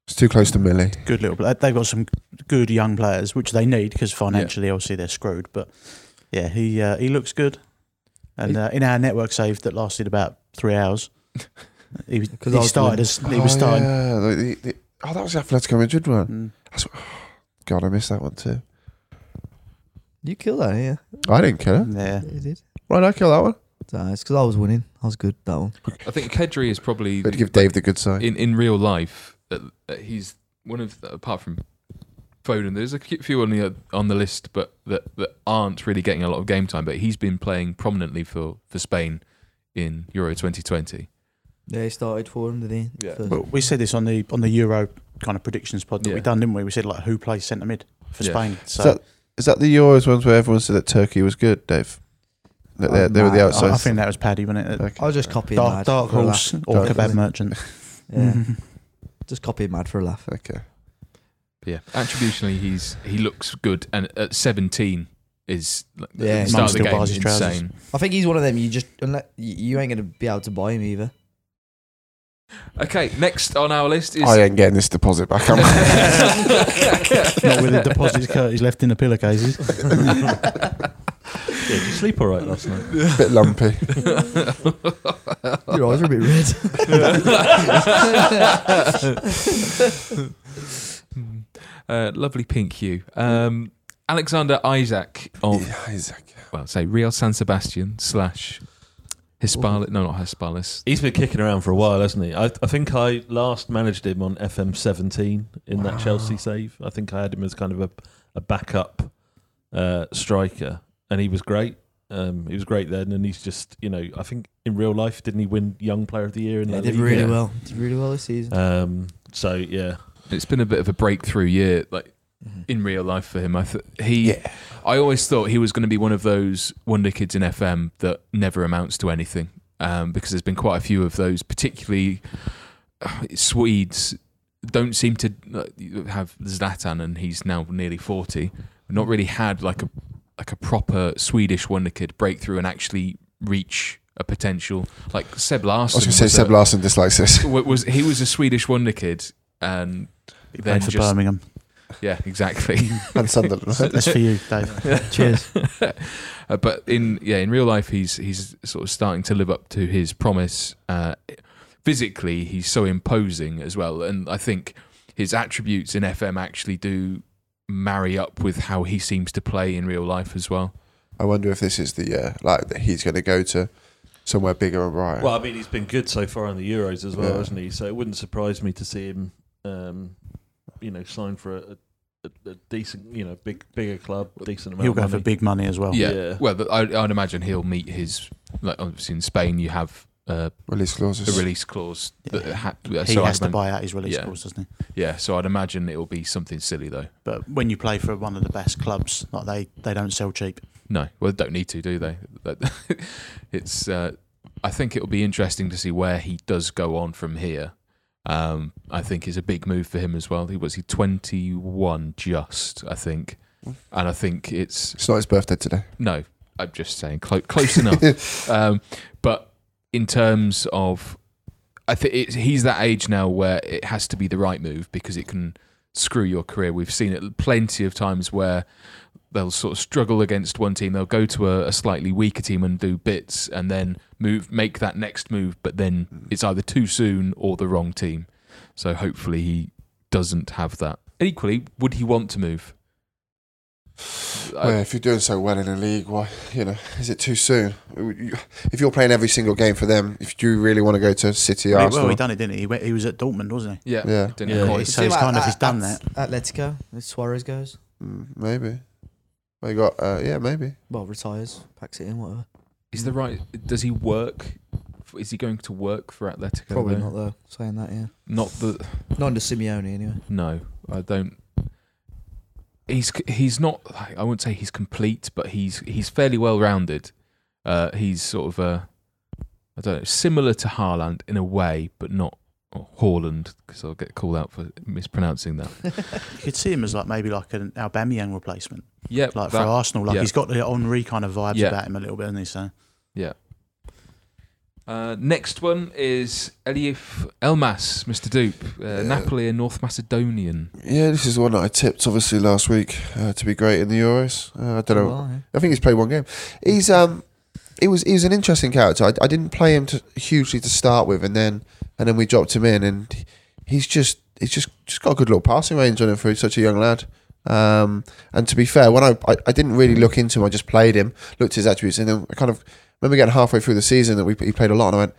Speaker 2: It's too close to Millie.
Speaker 3: good little. pla- They've got some good young players, which they need because financially, obviously, they're screwed. But yeah, he uh, he looks good. And uh, in our network save that lasted about three hours, he, was-
Speaker 4: 'Cause I
Speaker 3: he
Speaker 4: was
Speaker 3: started
Speaker 4: winning.
Speaker 3: as he was
Speaker 2: oh,
Speaker 3: starting.
Speaker 2: yeah. The- the- the- oh, that was the Atletico Madrid one.
Speaker 3: Mm.
Speaker 2: God, I missed that one too.
Speaker 4: You killed that, yeah.
Speaker 2: I didn't kill it.
Speaker 3: Mm, Yeah,
Speaker 4: You did.
Speaker 2: Why did I kill that one?
Speaker 4: Nah, it's because I was winning. I was good that one.
Speaker 1: I think Pedri is probably
Speaker 2: But give Dave the good side.
Speaker 1: in in real life uh, uh, he's one of the, apart from Foden. There's a few- few on the on the list, but that that aren't really getting a lot of game time. But he's been playing prominently for for Spain in Euro 2020.
Speaker 4: Yeah, he started for him, did he?
Speaker 1: Yeah.
Speaker 4: First.
Speaker 3: but we said this on the on the Euro kind of predictions pod that
Speaker 1: Yeah.
Speaker 3: we done, didn't we? We said like who plays centre mid for
Speaker 1: Yeah.
Speaker 3: Spain. So,
Speaker 2: that- Is that the Euros ones where everyone said that Turkey was good, Dave? That they, they were the
Speaker 4: Uh,
Speaker 3: Nah, I-
Speaker 2: outside.
Speaker 3: I, think that was Paddy, wasn't it?
Speaker 2: Okay.
Speaker 4: I was just copying
Speaker 3: Dark,
Speaker 4: Mad.
Speaker 3: dark
Speaker 4: for a
Speaker 3: horse
Speaker 4: laugh.
Speaker 3: or
Speaker 2: Dark
Speaker 3: kebab
Speaker 4: horse.
Speaker 3: merchant.
Speaker 4: Yeah, just copying Mad for a laugh.
Speaker 2: okay.
Speaker 1: But yeah, attributionally he's he looks good, and at 17 is like,
Speaker 4: Yeah.
Speaker 1: the start of the
Speaker 3: Still
Speaker 1: game
Speaker 3: buys his trousers.
Speaker 1: insane.
Speaker 4: I think he's one of them. You just unless, you you ain't gonna be able to buy him either.
Speaker 1: Okay, next on our list is
Speaker 3: Oh,
Speaker 2: I ain't getting this deposit back. am I?
Speaker 3: Not with the deposits Curtis left in the pillowcases.
Speaker 5: Yeah, did you sleep all right last night?
Speaker 2: Bit lumpy.
Speaker 4: Your eyes are a bit red.
Speaker 1: uh, lovely pink hue. Um, Alexander Isaac of
Speaker 2: Yeah, Isaac.
Speaker 1: well, say Real San Sebastian slash Hispalis. No, not Hispalis.
Speaker 5: He's been kicking around for a while, hasn't he? I, I think I last managed him on FM 17 in that Chelsea save. I think I had him as kind of a, a backup uh, striker, and he was great. Um, he was great then, and he's just, you know, I think in real life, didn't he win Young Player of the Year in
Speaker 4: yeah,
Speaker 5: that
Speaker 4: did
Speaker 5: league?
Speaker 4: really
Speaker 1: yeah.
Speaker 4: well. Did really well this season.
Speaker 5: Um, so, yeah.
Speaker 1: It's been a bit of a breakthrough year, like
Speaker 4: Mm-hmm.
Speaker 1: in real life for him. I th- he,
Speaker 2: Yeah.
Speaker 1: I always thought he was going to be one of those wonder kids in FM that never amounts to anything, um, because there's been quite a few of those, particularly uh, Swedes don't seem to uh, have Zlatan, and he's now nearly forty. Not really had like a like a proper Swedish wonder kid breakthrough and actually reach a potential like Seb
Speaker 2: I
Speaker 1: Larsson.
Speaker 2: was going to say
Speaker 1: was
Speaker 2: Seb
Speaker 1: a-
Speaker 2: Larson dislikes this.
Speaker 1: wa- was he was a Swedish wonder kid, and
Speaker 3: He
Speaker 1: Then
Speaker 3: played for
Speaker 1: just-
Speaker 3: Birmingham.
Speaker 1: yeah, exactly.
Speaker 2: and Sunderland.
Speaker 3: That's for you, Dave.
Speaker 4: Cheers.
Speaker 1: Uh, but in yeah, in real life, he's he's sort of starting to live up to his promise. Uh, physically, he's so imposing as well, and I think his attributes in FM actually do marry up with how he seems to play in real life as well.
Speaker 2: I wonder if this is the year, like, that he's going to go to somewhere bigger and brighter.
Speaker 5: Well, I mean, he's been good so far in the Euros as well,
Speaker 2: Yeah.
Speaker 5: hasn't he? So it wouldn't surprise me to see him, um, you know, sign for a, a, a decent, you know, big bigger club, decent amount
Speaker 3: He'll
Speaker 5: of
Speaker 3: go
Speaker 5: money.
Speaker 3: for big money as well.
Speaker 1: yeah.
Speaker 5: yeah.
Speaker 1: Well, but I, I'd imagine he'll meet his like obviously in Spain you have uh,
Speaker 2: Release
Speaker 1: a
Speaker 2: clauses.
Speaker 1: release clause. That
Speaker 3: Yeah.
Speaker 1: ha- uh,
Speaker 3: He
Speaker 1: so I'd
Speaker 3: has to
Speaker 1: imagine-
Speaker 3: buy out his release
Speaker 1: Yeah.
Speaker 3: clause, doesn't he?
Speaker 1: Yeah, so I'd imagine it'll be something silly though.
Speaker 3: But when you play for one of the best clubs, like they, they don't sell cheap.
Speaker 1: No, well, they don't need to, do they? That- It's. Uh, I think it'll be interesting to see where he does go on from here, um, I think is a big move for him as well. He was he 21 just, I think. And I think it's
Speaker 2: It's not his birthday today.
Speaker 1: no, I'm just saying clo- close enough. Um, but in terms of, I think he's that age now where it has to be the right move because it can screw your career. We've seen it plenty of times where they'll sort of struggle against one team, they'll go to a, a slightly weaker team and do bits, and then move make that next move, but then it's either too soon or the wrong team. So hopefully he doesn't have that. Equally, would he want to move? I-
Speaker 2: Well, if you're doing so well in the league, why you know is it too soon? You- If you're playing every single game for them, if you really want to go to City,
Speaker 3: Well,
Speaker 2: Arsenal,
Speaker 3: he done it, didn't he? He, went, he was at Dortmund, wasn't
Speaker 1: Yeah,
Speaker 2: Yeah.
Speaker 1: didn't
Speaker 5: Yeah.
Speaker 1: quite
Speaker 3: he? So it's kind of he's done that.
Speaker 4: Atletico, Suarez goes.
Speaker 2: Mm, maybe. They got uh, yeah, maybe.
Speaker 4: Well, retires, packs it in, whatever.
Speaker 1: Is the right? Does he work? Is he going to work for Atletico?
Speaker 4: Probably
Speaker 1: though?
Speaker 4: not though. Saying that, yeah.
Speaker 1: Not the
Speaker 4: Not under Simeone anyway.
Speaker 1: no. I don't. He's he's not. I wouldn't say he's complete, but he's he's fairly well rounded. Uh, he's sort of a I don't know, similar to Haaland in a way, but not or Haaland because I'll get called out for mispronouncing that.
Speaker 3: You could see him as like maybe like an Aubameyang replacement,
Speaker 1: Yep,
Speaker 3: like for
Speaker 1: that-
Speaker 3: Arsenal. Like
Speaker 1: yeah.
Speaker 3: he's got the Henri kind of vibes
Speaker 1: Yeah.
Speaker 3: about him a little bit, isn't he? So
Speaker 1: Uh, next one is Elif Elmas, Mr. Dupe, uh,
Speaker 2: Yeah.
Speaker 1: Napoli and North Macedonian.
Speaker 2: Yeah, this is one that I tipped obviously last week uh, to be great in the Euros. Uh, I don't know.
Speaker 4: Why?
Speaker 2: I think he's played one game. He's um, he was he was an interesting character. I, I didn't play him to, hugely to start with, and then and then we dropped him in, and he- he's just he's just just got a good little passing range on him for such a young lad. Um, and to be fair, when I, I I didn't really look into him, I just played him, looked at his attributes, and then I kind of remember getting halfway through the season that we he played a lot, and I went.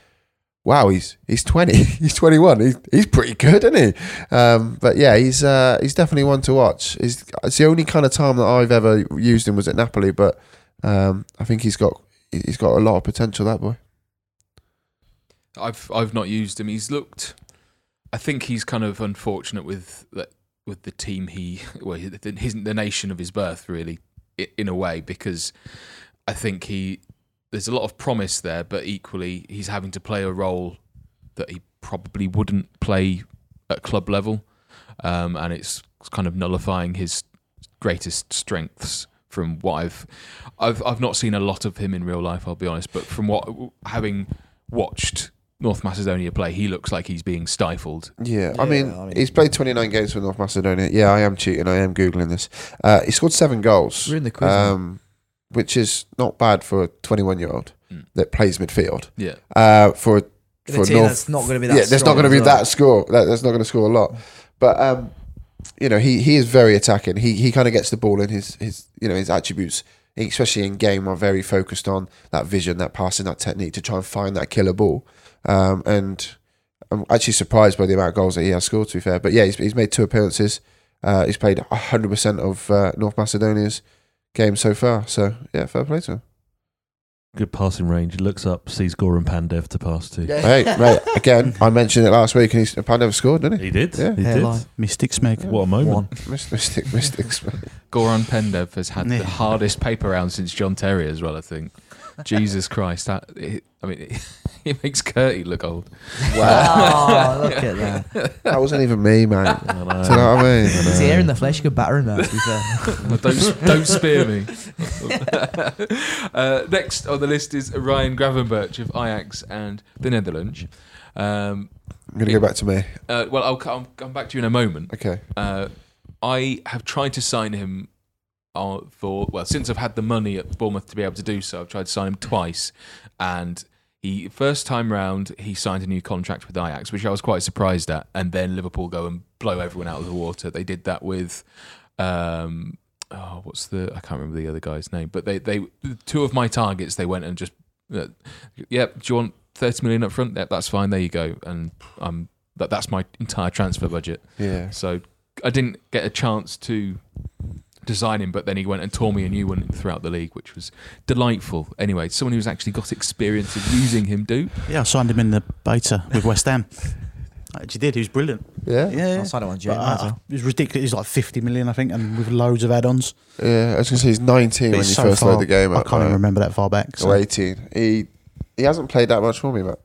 Speaker 2: Wow, he's he's twenty, he's twenty one, he's, he's pretty good, isn't he? Um, but yeah, he's uh, he's definitely one to watch. He's, it's the only kind of time that I've ever used him was at Napoli, but um, I think he's got he's got a lot of potential. That boy.
Speaker 1: I've I've not used him. He's looked. I think he's kind of unfortunate with that with the team he well his the nation of his birth really i- in a way because I think he there's a lot of promise there, but equally he's having to play a role that he probably wouldn't play at club level, um, and it's kind of nullifying his greatest strengths. From what I've, I've I've not seen a lot of him in real life. I'll be honest, but from what having watched North Macedonia play, he looks like he's being stifled.
Speaker 2: Yeah, I
Speaker 4: Yeah,
Speaker 2: mean,
Speaker 4: I mean-
Speaker 2: he's played 29 games for North Macedonia. Yeah, I am cheating. I am googling this. Uh, he scored seven goals,
Speaker 4: We're in the quiz. now.
Speaker 2: um, which is not bad for a 21 year old
Speaker 1: Mm.
Speaker 2: that plays midfield.
Speaker 1: Yeah,
Speaker 2: Uh, for
Speaker 4: Hmm. In
Speaker 2: for
Speaker 4: a team
Speaker 2: North,
Speaker 4: that's not going to be that.
Speaker 2: yeah, that's not
Speaker 4: strong
Speaker 2: going to be
Speaker 4: as well.
Speaker 2: that score. That, that's not going to score a lot. But um, you know, he, he is very attacking. He he kind of gets the ball in his his you know his attributes, especially in game, are very focused on that vision, that passing, that technique to try and find that killer ball. Um, and I'm actually surprised by the amount of goals that he has scored. To be fair, but yeah, he's, he's made two appearances. Uh, he's played 100 percent of uh, North Macedonia's games so far. So yeah, fair play to him.
Speaker 5: Good passing range. He looks up, sees Goran Pandev to pass to.
Speaker 2: Hey, mate, again, I mentioned it last week, and he's Pandev scored, didn't he?
Speaker 5: He did.
Speaker 2: Yeah.
Speaker 5: He
Speaker 4: Hairline.
Speaker 3: Mystics, Meg.
Speaker 5: did. What a moment.
Speaker 2: Mist- Mystic, mystics. man.
Speaker 1: Goran Pendev has had
Speaker 3: Yeah.
Speaker 1: the hardest paper round since John Terry as well. I think. Jesus Christ, that it, I mean, it, makes Curtie look old.
Speaker 4: Wow, Oh, look at that.
Speaker 2: That wasn't even me, man.
Speaker 5: I know.
Speaker 2: Do you know what I mean?
Speaker 4: It's here in the flesh. You could batter him now. To be fair,
Speaker 1: don't don't spear me. uh, next on the list is Ryan Gravenberch of Ajax and the Netherlands. Um,
Speaker 2: I'm gonna go back to me.
Speaker 1: uh, well, I'll, c- I'll come back to you in a moment.
Speaker 2: Okay.
Speaker 1: Uh, I have tried to sign him uh, for well since I've had the money at Bournemouth to be able to do so. I've tried to sign him twice, and he first time round he signed a new contract with Ajax, which I was quite surprised at. And then Liverpool go and blow everyone out of the water. They did that with. Um, Oh, what's the? I can't remember the other guy's name, but they, they, two of my targets, they went and just, uh, yep. Do you want thirty million up front? Yep, that's fine. There you go. And um, that, that's my entire transfer budget.
Speaker 2: Yeah.
Speaker 1: So I didn't get a chance to design him, but then he went and tore me a new one throughout the league, which was delightful. Anyway, someone who's actually got experience of using him, do
Speaker 3: Yeah, I signed him in the beta with West Ham. Actually, did he was brilliant.
Speaker 2: Yeah. Yeah.
Speaker 3: Yeah,
Speaker 4: I'll sign it on June.
Speaker 3: but, uh, it was ridiculous. He's like fifty million, I think, and with loads of add-ons.
Speaker 2: I was gonna say he's 19
Speaker 3: But
Speaker 2: when
Speaker 3: it's
Speaker 2: you
Speaker 3: so
Speaker 2: first
Speaker 3: far-
Speaker 2: load the game
Speaker 3: I
Speaker 2: up.
Speaker 3: can't even
Speaker 2: right?
Speaker 3: remember that far back. so-
Speaker 2: Or 18. He he hasn't played that much for me, but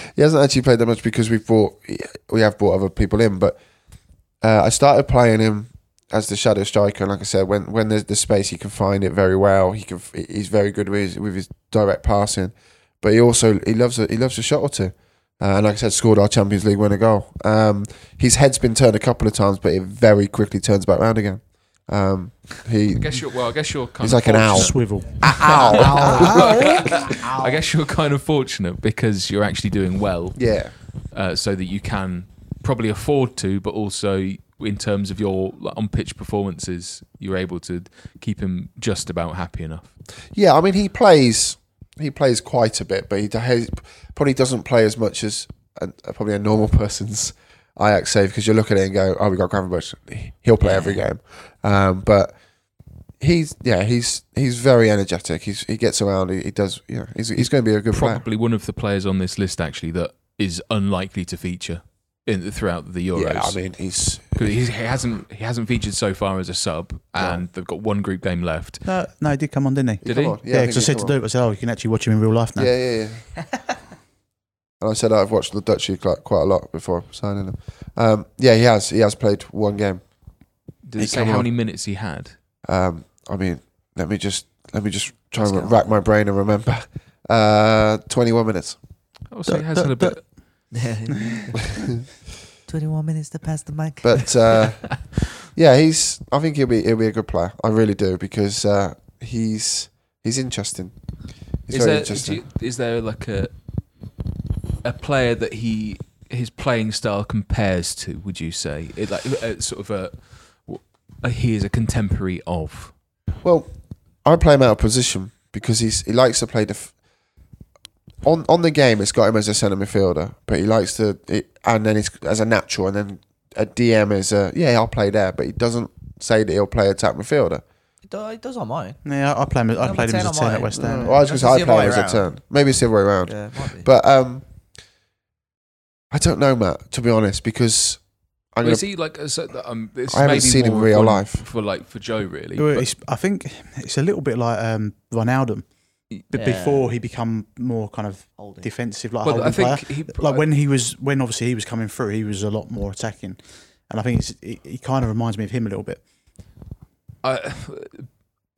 Speaker 2: he hasn't actually played that much because we've brought we have brought other people in. But uh, I started playing him as the shadow striker, and like I said, when when there's the space, he can find it very well. He can he's very good with his, with his direct passing, but he also he loves a, he loves a shot or two. Uh, and like I said, scored our Champions League winner goal. Um, his head's been turned a couple of times, but it very quickly turns back round again. Um, he
Speaker 1: I guess you're well. I guess you're kind
Speaker 2: He's
Speaker 1: of
Speaker 2: like an owl.
Speaker 1: fortunate.
Speaker 3: Swivel.
Speaker 1: I guess you're kind of fortunate because you're actually doing well,
Speaker 2: yeah
Speaker 1: uh, so that you can probably afford to, but also in terms of your like, on-pitch performances, you're able to keep him just about happy enough.
Speaker 2: Yeah, I mean he plays he plays quite a bit, but he d- has, probably doesn't play as much as a, a- probably a normal person's Ajax save because you're looking at it and go, oh, we got Gravenberch, he'll play every game, um, but. He's yeah he's he's very energetic. He's he gets around. He, he does you know he's he's going to be a good player.
Speaker 1: Probably one of the players on this list actually that is unlikely to feature in throughout the Euros.
Speaker 2: Yeah, I mean he's
Speaker 1: 'Cause he's- he hasn't he hasn't featured so far as a sub, and they've got one group game left.
Speaker 3: No, no, he did come on, didn't he?
Speaker 1: Did
Speaker 2: come
Speaker 1: he?
Speaker 2: on.
Speaker 3: Yeah,
Speaker 2: I
Speaker 3: because I
Speaker 2: think
Speaker 3: said
Speaker 2: he's
Speaker 3: to
Speaker 2: come
Speaker 3: Luke, I said, oh, you can actually watch him in real life now.
Speaker 2: on. Yeah, yeah, yeah. And I said I've watched the Dutchie quite, quite a lot before signing him. Um, yeah, he has. He has played one game.
Speaker 1: Did
Speaker 2: He
Speaker 1: it say
Speaker 2: come
Speaker 1: how
Speaker 2: on.
Speaker 1: many minutes he had?
Speaker 2: Um, I mean, let me just let me just try
Speaker 1: Let's
Speaker 2: and
Speaker 1: go.
Speaker 2: rack my brain and remember. Uh, twenty-one minutes.
Speaker 1: Oh, so he
Speaker 3: Duh,
Speaker 1: has
Speaker 3: duh,
Speaker 1: had a bit.
Speaker 4: Twenty-one minutes to pass the mic.
Speaker 2: But uh, yeah, he's. I think he'll be he'll be a good player. I really do because uh, he's he's interesting. He's
Speaker 1: Is
Speaker 2: very
Speaker 1: there, do
Speaker 2: interesting.
Speaker 1: you, is there like a a player that he his playing style compares to? Would you say it like uh, sort of a, a he is a contemporary of?
Speaker 2: Well, I play him out of position because he's he likes to play def- on on the game. It's got him as a centre midfielder, but he likes to it, and then he's as a natural, and then a DM is a yeah. I'll play there, but he doesn't say that he'll play attack midfielder.
Speaker 4: it do- it does on mine.
Speaker 3: Yeah, I, I, play him, I
Speaker 4: Number
Speaker 3: played him
Speaker 4: 10
Speaker 3: as a
Speaker 4: on
Speaker 3: 10 at
Speaker 4: mine.
Speaker 3: West Ham.
Speaker 2: Mm. Well, I was going to
Speaker 4: That's
Speaker 2: say I
Speaker 4: the
Speaker 2: play
Speaker 4: other
Speaker 2: him as
Speaker 4: way
Speaker 2: a turn. Maybe it's the other way around.
Speaker 4: Yeah, might be.
Speaker 2: But um, I don't know, Matt. To be honest, because I'm
Speaker 1: Well,
Speaker 2: going
Speaker 1: is
Speaker 2: to
Speaker 1: he like? uh, So, um, this
Speaker 2: I haven't
Speaker 1: may be
Speaker 2: seen him
Speaker 1: more
Speaker 2: in real
Speaker 1: one
Speaker 2: life.
Speaker 1: for like for Joe really.
Speaker 3: Well,
Speaker 1: but-
Speaker 3: it's, I think it's a little bit like um, Ronaldo b-
Speaker 4: Yeah.
Speaker 3: before he become more kind of
Speaker 4: Holding.
Speaker 3: defensive, like a
Speaker 1: well, I
Speaker 3: holding player.
Speaker 1: think he
Speaker 3: Like when he was, when obviously he was coming through, he was a lot more attacking, and I think it's, he, he kind of reminds me of him a little bit.
Speaker 1: I,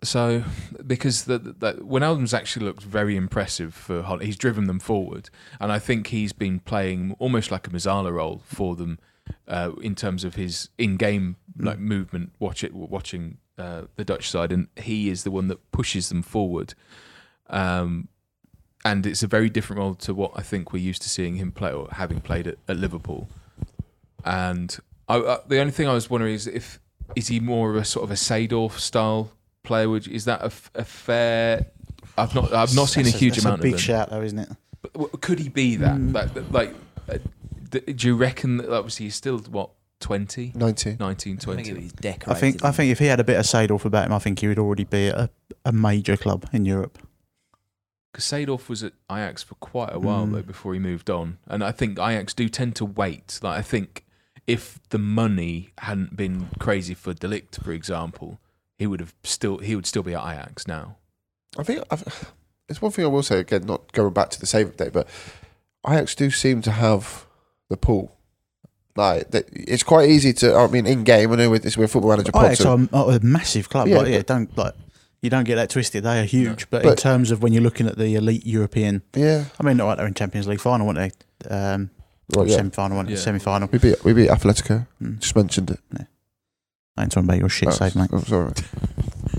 Speaker 1: so because the, the Wijnaldum's actually looked very impressive for Holland. He's driven them forward, and I think he's been playing almost like a Mazzala role for them uh, in terms of his in-game
Speaker 3: Mm.
Speaker 1: like movement. Watch it, watching uh, the Dutch side, and he is the one that pushes them forward. Um, and it's a very different role to what I think we're used to seeing him play or having played at, at Liverpool. And I, I, the only thing I was wondering is if is he more of a sort of a Seydorf style player? Would you- is that a, f- a fair? I've not I've not seen a
Speaker 3: That's
Speaker 1: huge
Speaker 3: that's
Speaker 1: amount
Speaker 3: a big
Speaker 1: of him.
Speaker 3: shout, though, isn't it?
Speaker 1: But w- could he be that?
Speaker 2: Mm.
Speaker 1: Like, th- like uh, d- do you reckon that obviously he's still what 20,
Speaker 2: 19.
Speaker 1: 19,
Speaker 4: I think it
Speaker 1: 20?
Speaker 4: was decorated.
Speaker 3: I think I think if he had a bit of Seydorf about him, I think he would already be at a, a major club in Europe.
Speaker 1: Because Seydorf was at Ajax for quite a while
Speaker 3: Mm.
Speaker 1: though before he moved on, and I think Ajax do tend to wait. Like I think if the money hadn't been crazy for Delict, for example, he would have still he would still be at Ajax now.
Speaker 2: I think I've, it's one thing I will say again, not going back to the save update, but Ajax do seem to have the pool. Like that, it's quite easy to. I mean, in game, I know with this, we're football manager.
Speaker 3: Ajax
Speaker 2: Potter.
Speaker 3: are Oh, a, are a massive club,
Speaker 2: Yeah,
Speaker 3: yeah, yeah,
Speaker 2: but-
Speaker 3: don't like you don't get that twisted. They are huge, but, in
Speaker 2: But-
Speaker 3: terms of when you're looking at the elite European,
Speaker 2: yeah,
Speaker 3: I mean, all right, they're in Champions League final, weren't they? Um,
Speaker 2: right, yeah.
Speaker 3: Semi final, weren't they?
Speaker 1: Yeah.
Speaker 3: Semi final.
Speaker 2: We beat we beat Atletico.
Speaker 3: Mm.
Speaker 2: Just mentioned it.
Speaker 3: I ain't talking about your shit
Speaker 2: Oh,
Speaker 3: save, mate.
Speaker 2: oh, sorry.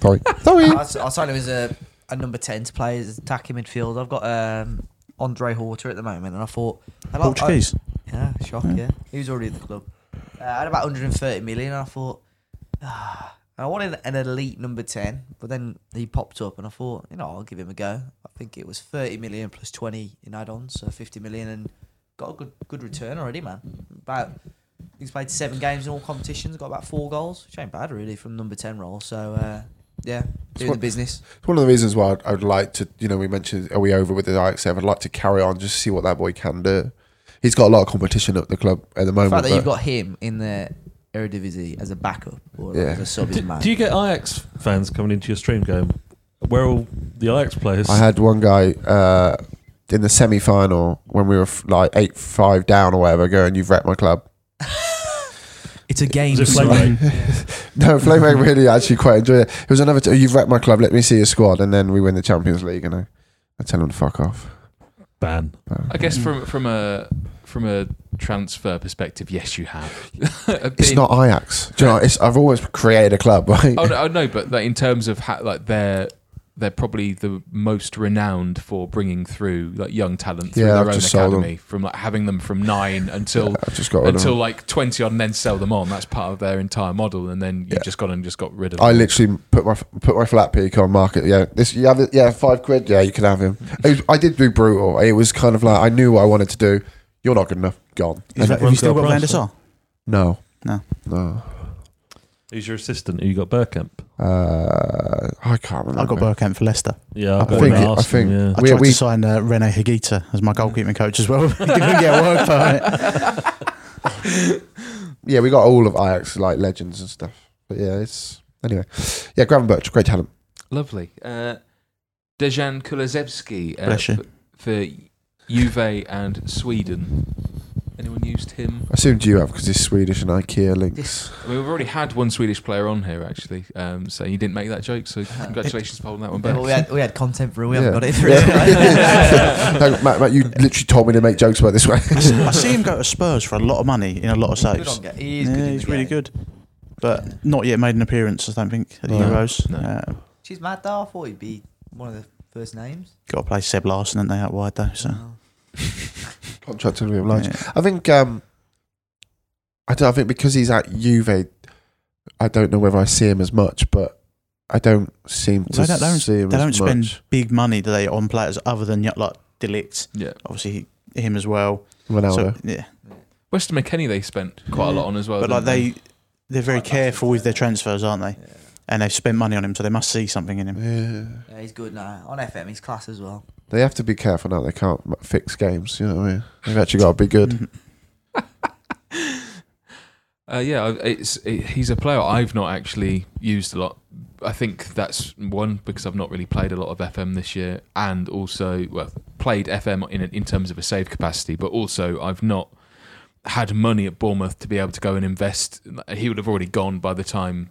Speaker 2: sorry, sorry.
Speaker 4: I was- I was saying him as a, a number ten to play as attacking midfield. I've got um, Andre Horter at the moment, and I thought I like- I-
Speaker 3: Portuguese.
Speaker 4: yeah, shock.
Speaker 3: Yeah.
Speaker 2: Hmm.
Speaker 4: Yeah, he was already at the club. Uh, I had about 130 million, and I thought ah, I wanted an elite number ten, but then he popped up, and I thought you know I'll give him a go. I think it was 30 million plus 20 in add-ons, so 50 million, and got a good good return already, man. About he's played seven games in all competitions, got about four goals, which ain't bad really from number ten role. So uh, yeah, doing
Speaker 2: what-
Speaker 4: the business.
Speaker 2: It's one of the reasons why I'd, I'd like to, you know, we mentioned, are we over with the Ajax I'd like to carry on, just see what that boy can do. He's got a lot of competition at the club at the
Speaker 4: The
Speaker 2: moment.
Speaker 4: fact that
Speaker 2: but
Speaker 4: you've got him in the Eredivisie as a backup or
Speaker 2: Yeah.
Speaker 4: as a sub is
Speaker 5: Do,
Speaker 4: mad.
Speaker 5: do you get Ajax fans coming into your stream going, where are all the Ajax players?
Speaker 2: I had one guy uh, in the semi final when we were f- like eight five down or whatever, going, "You've wrecked my club."
Speaker 4: It's a game.
Speaker 5: it
Speaker 4: son.
Speaker 5: Flameway?
Speaker 2: No, Flame really actually quite enjoyed it. It was another. T- You've wrecked my club. Let me see your squad, and then we win the Champions League, and I, I tell them to fuck off.
Speaker 5: Ban.
Speaker 1: I
Speaker 2: Mm.
Speaker 1: guess from from a from a transfer perspective, yes, you have.
Speaker 2: It's
Speaker 1: Being-
Speaker 2: not Ajax. Do you know? It's, I've always created a club, right?
Speaker 1: Oh no, oh, no but like, in terms of ha- like they're they're probably the most renowned for bringing through like young talent through
Speaker 2: Yeah,
Speaker 1: their
Speaker 2: I've
Speaker 1: own
Speaker 2: just sold
Speaker 1: academy from like having them from nine until
Speaker 2: I've just got rid of
Speaker 1: until
Speaker 2: them.
Speaker 1: like twenty odd and then sell them on. That's part of their entire model, and then you've just gone and just got rid of.
Speaker 2: I
Speaker 1: them.
Speaker 2: literally put my put my flat peak on market. Yeah, this you have it. Yeah, five quid. Yeah, you can have him. It was, I did be brutal. It was kind of like I knew what I wanted to do. You're not good enough. Gone.
Speaker 3: Is that-
Speaker 5: Everyone's
Speaker 3: have you still
Speaker 5: got a
Speaker 3: got Van der
Speaker 5: price,
Speaker 3: Sar?
Speaker 2: No.
Speaker 3: No.
Speaker 2: No.
Speaker 5: Who's your assistant? Who you got Burkamp?
Speaker 2: Uh, I can't remember.
Speaker 3: I got Burkamp for Leicester.
Speaker 5: Yeah,
Speaker 3: I
Speaker 5: got
Speaker 3: think
Speaker 5: him at
Speaker 2: it- I
Speaker 5: Arsenal,
Speaker 2: think-
Speaker 5: yeah.
Speaker 3: I
Speaker 2: We-
Speaker 3: tried
Speaker 2: we-
Speaker 3: to sign uh, Rene Higuita as my goalkeeping coach as well. He didn't get work for it.
Speaker 2: Yeah, we got all of Ajax like legends and stuff. But yeah, it's anyway. Yeah, Graven Birch, great talent.
Speaker 1: Lovely. Uh, Dejan Kulusevski uh,
Speaker 3: Bless you.
Speaker 1: f- for Juve and Sweden. Anyone used him?
Speaker 2: I assumed you have because he's Swedish and IKEA links.
Speaker 1: I mean, we've already had one Swedish player on here actually, um, so you didn't make that joke. So congratulations for holding that one
Speaker 4: Yeah,
Speaker 1: back.
Speaker 4: well, we, had, we had content for it. We haven't
Speaker 2: Yeah.
Speaker 4: got it for
Speaker 2: Yeah.
Speaker 4: it.
Speaker 2: no, Matt, Matt, you literally told me to make jokes about this way.
Speaker 3: I see- I see him go to Spurs for a lot of money in a lot of
Speaker 4: Good
Speaker 3: saves.
Speaker 4: on Ga- he is
Speaker 3: Yeah,
Speaker 4: good in
Speaker 3: he's
Speaker 4: the
Speaker 3: really
Speaker 4: game.
Speaker 3: good. But not yet made an appearance, I don't think, at the
Speaker 2: No.
Speaker 3: Euros.
Speaker 1: No.
Speaker 3: Uh,
Speaker 4: She's mad though. I thought he'd be one of the first names. Oh,
Speaker 3: got to play Seb Larson, and they out wide, though. So.
Speaker 2: Contract to be obliged.
Speaker 3: Yeah.
Speaker 2: I think um, I don't. I think because he's at Juve, I don't know whether I see him as much, but I don't seem to
Speaker 3: They don't, they don't-
Speaker 2: see him
Speaker 3: they
Speaker 2: as
Speaker 3: don't spend
Speaker 2: much.
Speaker 3: big money, do they, on players other than like Delict?
Speaker 1: Yeah,
Speaker 3: Obviously, him as well.
Speaker 2: Ronaldo.
Speaker 3: So, yeah.
Speaker 1: Weston McKennie they spent quite a lot on as well.
Speaker 3: But like
Speaker 1: didn't they?
Speaker 3: they, they're very
Speaker 4: Quite massive,
Speaker 3: careful with their
Speaker 4: yeah.
Speaker 3: transfers, aren't they?
Speaker 4: Yeah.
Speaker 3: And they've spent money on him, so they must see something in him.
Speaker 2: yeah,
Speaker 4: Yeah, he's good now. On FM, he's class as well.
Speaker 2: they have to be careful now. They can't m- fix games. You know what I mean? They've actually got to be good.
Speaker 3: Mhm.
Speaker 1: Uh, yeah, I- it's it, he's a player I've not actually used a lot. I think that's one because I've not really played a lot of FM this year, and also well played FM in in terms of a save capacity, but also I've not had money at Bournemouth to be able to go and invest. He would have already gone by the time.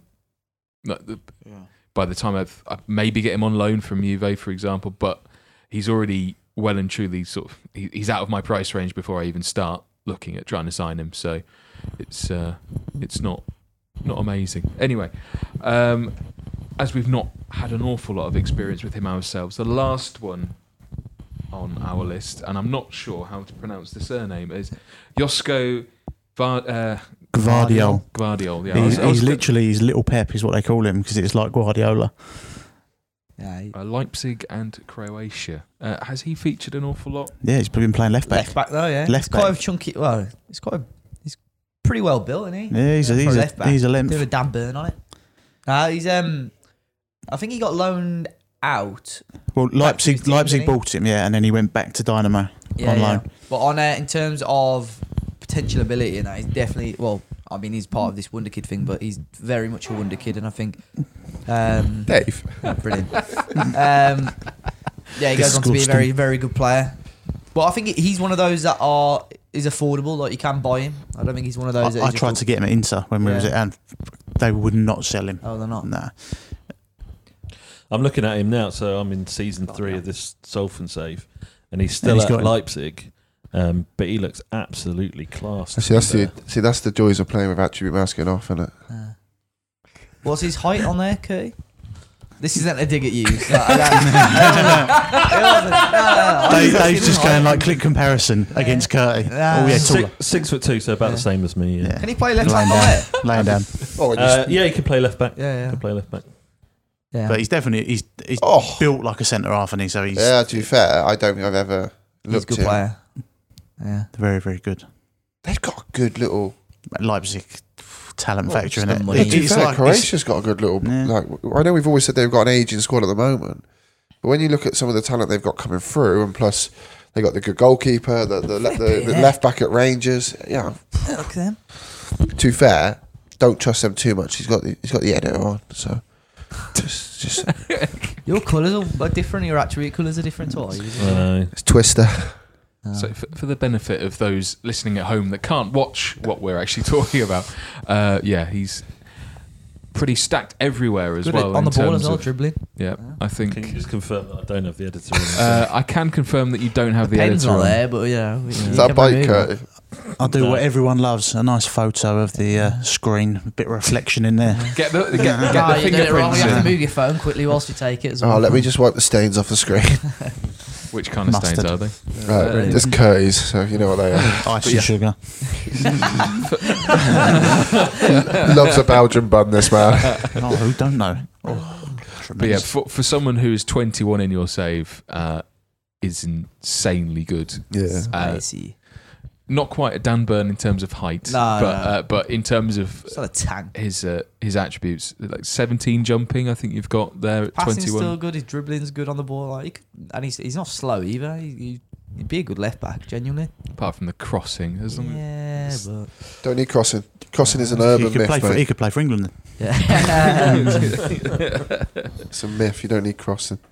Speaker 1: like, the- By the time I've, I maybe get him on loan from Juve, for example, but he's already well and truly sort of he, he's out of my price range before I even start looking at trying to sign him. So it's uh, it's not not amazing. Anyway, um, as we've not had an awful lot of experience with him ourselves, the last one on our list, and I'm not sure how to pronounce the surname, is Josko Va- uh,
Speaker 3: Gvardiol.
Speaker 1: Guardiol. Yeah, I
Speaker 3: He's,
Speaker 1: was- I was-
Speaker 3: he's literally his little Pep is what they call him because it's like Guardiola.
Speaker 4: Yeah, he-
Speaker 1: uh, Leipzig and Croatia. Uh, has he featured an awful lot?
Speaker 3: Yeah, he's been playing left back.
Speaker 4: left back though. Yeah,
Speaker 3: Left
Speaker 4: It's quite
Speaker 3: back.
Speaker 4: a chunky. Well, it's quite. A, he's pretty well built, isn't he?
Speaker 3: Yeah, he's a,
Speaker 4: For
Speaker 3: he's
Speaker 4: left
Speaker 3: a,
Speaker 4: back.
Speaker 3: he's a
Speaker 4: Bit of a
Speaker 3: length.
Speaker 4: damn burn on it. Nah, he's um. I think he got loaned out.
Speaker 3: Well,
Speaker 4: Leipzig
Speaker 3: Leipzig
Speaker 4: team,
Speaker 3: Leipzig
Speaker 4: didn't he?
Speaker 3: bought him, yeah, and then he went back to Dynamo.
Speaker 4: Yeah,
Speaker 3: On
Speaker 4: yeah.
Speaker 3: loan.
Speaker 4: But on uh, in terms of potential ability, and that he's definitely well. I mean, he's part of this wonder kid thing, but he's very much a wonder kid, and I think. Um,
Speaker 2: Dave,
Speaker 4: Brilliant. um, yeah, he goes on to be a very, very good player. But I think he's one of those that are is affordable. Like you can buy him. I don't think he's one of
Speaker 3: I,
Speaker 4: those. that
Speaker 3: I
Speaker 4: is
Speaker 3: tried
Speaker 4: affordable.
Speaker 3: to get him at Inter when we
Speaker 4: Yeah.
Speaker 3: was at, and they would not sell him.
Speaker 4: Oh, they're not.
Speaker 3: Nah.
Speaker 5: I'm looking at him now, so I'm in season three of this Solfen save, and he's still
Speaker 3: And he's
Speaker 5: at
Speaker 3: got him.
Speaker 5: Leipzig, um, but he looks absolutely classed.
Speaker 2: see that's the
Speaker 5: But
Speaker 2: see that's the joys of playing with attribute masking off, isn't it?
Speaker 4: Uh, what's his height on there, Curry? This isn't a dig at you. so I don't-
Speaker 3: Dave,
Speaker 4: Oh, It wasn't. No, no, no, I was
Speaker 3: Dave's just
Speaker 4: thinking
Speaker 3: going
Speaker 4: height.
Speaker 3: like click comparison against Curty.
Speaker 4: Nah.
Speaker 3: Oh yeah, taller.
Speaker 5: six, six foot two, so about
Speaker 4: Yeah.
Speaker 5: the same as me. Yeah,
Speaker 4: Can he play left
Speaker 3: Laying
Speaker 4: back on
Speaker 3: down,
Speaker 4: there?
Speaker 3: laying down.
Speaker 2: Oh,
Speaker 5: yeah, uh, yeah he can play left back.
Speaker 4: Yeah, yeah.
Speaker 5: Can play left back.
Speaker 4: Yeah.
Speaker 3: But he's definitely he's he's
Speaker 2: Oh.
Speaker 3: built like a centre half, and he's so he's
Speaker 2: yeah. To be fair, I don't think I've ever
Speaker 4: he's a
Speaker 2: looked
Speaker 4: good
Speaker 2: at. Him.
Speaker 4: player. Yeah.
Speaker 3: very very good.
Speaker 2: They've got a good little.
Speaker 3: Leipzig talent
Speaker 4: Well,
Speaker 3: factor
Speaker 4: it's
Speaker 3: in
Speaker 4: the
Speaker 3: it.
Speaker 4: money.
Speaker 2: Yeah, to be
Speaker 4: It's
Speaker 2: fair,
Speaker 3: it's-
Speaker 2: Croatia's got a good little.
Speaker 3: Yeah.
Speaker 2: Like I know we've always said they've got an aging squad at the moment, but when you look at some of the talent they've got coming through, and plus they got the good goalkeeper, the the, le- the,
Speaker 4: Flipping
Speaker 2: the
Speaker 4: heck.
Speaker 2: left back at Rangers. Yeah,
Speaker 4: Yeah, Look at him.
Speaker 2: to be fair, don't trust them too much. He's got the, he's got the editor on, so Just, just
Speaker 4: Your colours are- are different. Your attribute colours are different to ours.
Speaker 5: I know.
Speaker 2: it's Twister.
Speaker 1: So, for, for the benefit of those listening at home that can't watch what we're actually talking about, uh, yeah, he's pretty stacked everywhere as
Speaker 4: Good
Speaker 1: well.
Speaker 4: on
Speaker 1: in
Speaker 4: the ball
Speaker 1: terms
Speaker 4: as well,
Speaker 1: of-
Speaker 4: dribbling.
Speaker 1: yeah, I
Speaker 5: Can you
Speaker 1: think.
Speaker 5: just confirm that I don't have the editor? In
Speaker 1: Uh, I can confirm that you don't have the,
Speaker 4: Pen's
Speaker 1: editor.
Speaker 4: not
Speaker 1: on.
Speaker 4: there, but you know. we-
Speaker 2: Is
Speaker 4: you
Speaker 2: that
Speaker 4: can
Speaker 2: bike uh,
Speaker 4: remove it.
Speaker 2: Curtis?
Speaker 3: I'll do
Speaker 5: No.
Speaker 3: what everyone loves: a nice photo of the uh, screen, a bit of reflection in there.
Speaker 1: Get the, get, Ah, get
Speaker 4: No,
Speaker 1: the
Speaker 4: Ah, you did it wrong.
Speaker 1: fingerprints
Speaker 4: You have
Speaker 1: in.
Speaker 4: to move your phone quickly whilst you take it as well.
Speaker 2: Oh, let me just wipe the stains off the screen.
Speaker 1: Which kind of stains
Speaker 3: Mustard.
Speaker 1: are they?
Speaker 2: Right,
Speaker 1: Brilliant.
Speaker 2: it's Curtis, so you know what they are.
Speaker 3: Ice and sugar.
Speaker 2: Loves a Belgian bun, this man.
Speaker 3: Oh, who don't know? Oh,
Speaker 1: But yeah, for, for someone who is 21 in your save, uh, is insanely good.
Speaker 2: Yeah.
Speaker 1: Uh,
Speaker 4: Spicy.
Speaker 1: not quite a Dan Burn in terms of height,
Speaker 4: No,
Speaker 1: but
Speaker 4: no.
Speaker 1: Uh, but in terms of
Speaker 4: It's not a tank.
Speaker 1: his uh, his attributes, like 17 jumping, I think you've got there at
Speaker 4: Passing's
Speaker 1: 21.
Speaker 4: still good. His dribbling's good on the ball. Like, he could- and he's he's not slow either. He, he, would be a good left back, genuinely.
Speaker 1: Apart from the crossing, as long as-
Speaker 4: Yeah, but
Speaker 2: Don't need crossing. Crossing is an
Speaker 3: he
Speaker 2: urban
Speaker 3: could play
Speaker 2: myth,
Speaker 3: for E- he
Speaker 2: mate.
Speaker 3: could play for England.
Speaker 4: yeah.
Speaker 2: It's a myth. You don't need crossing.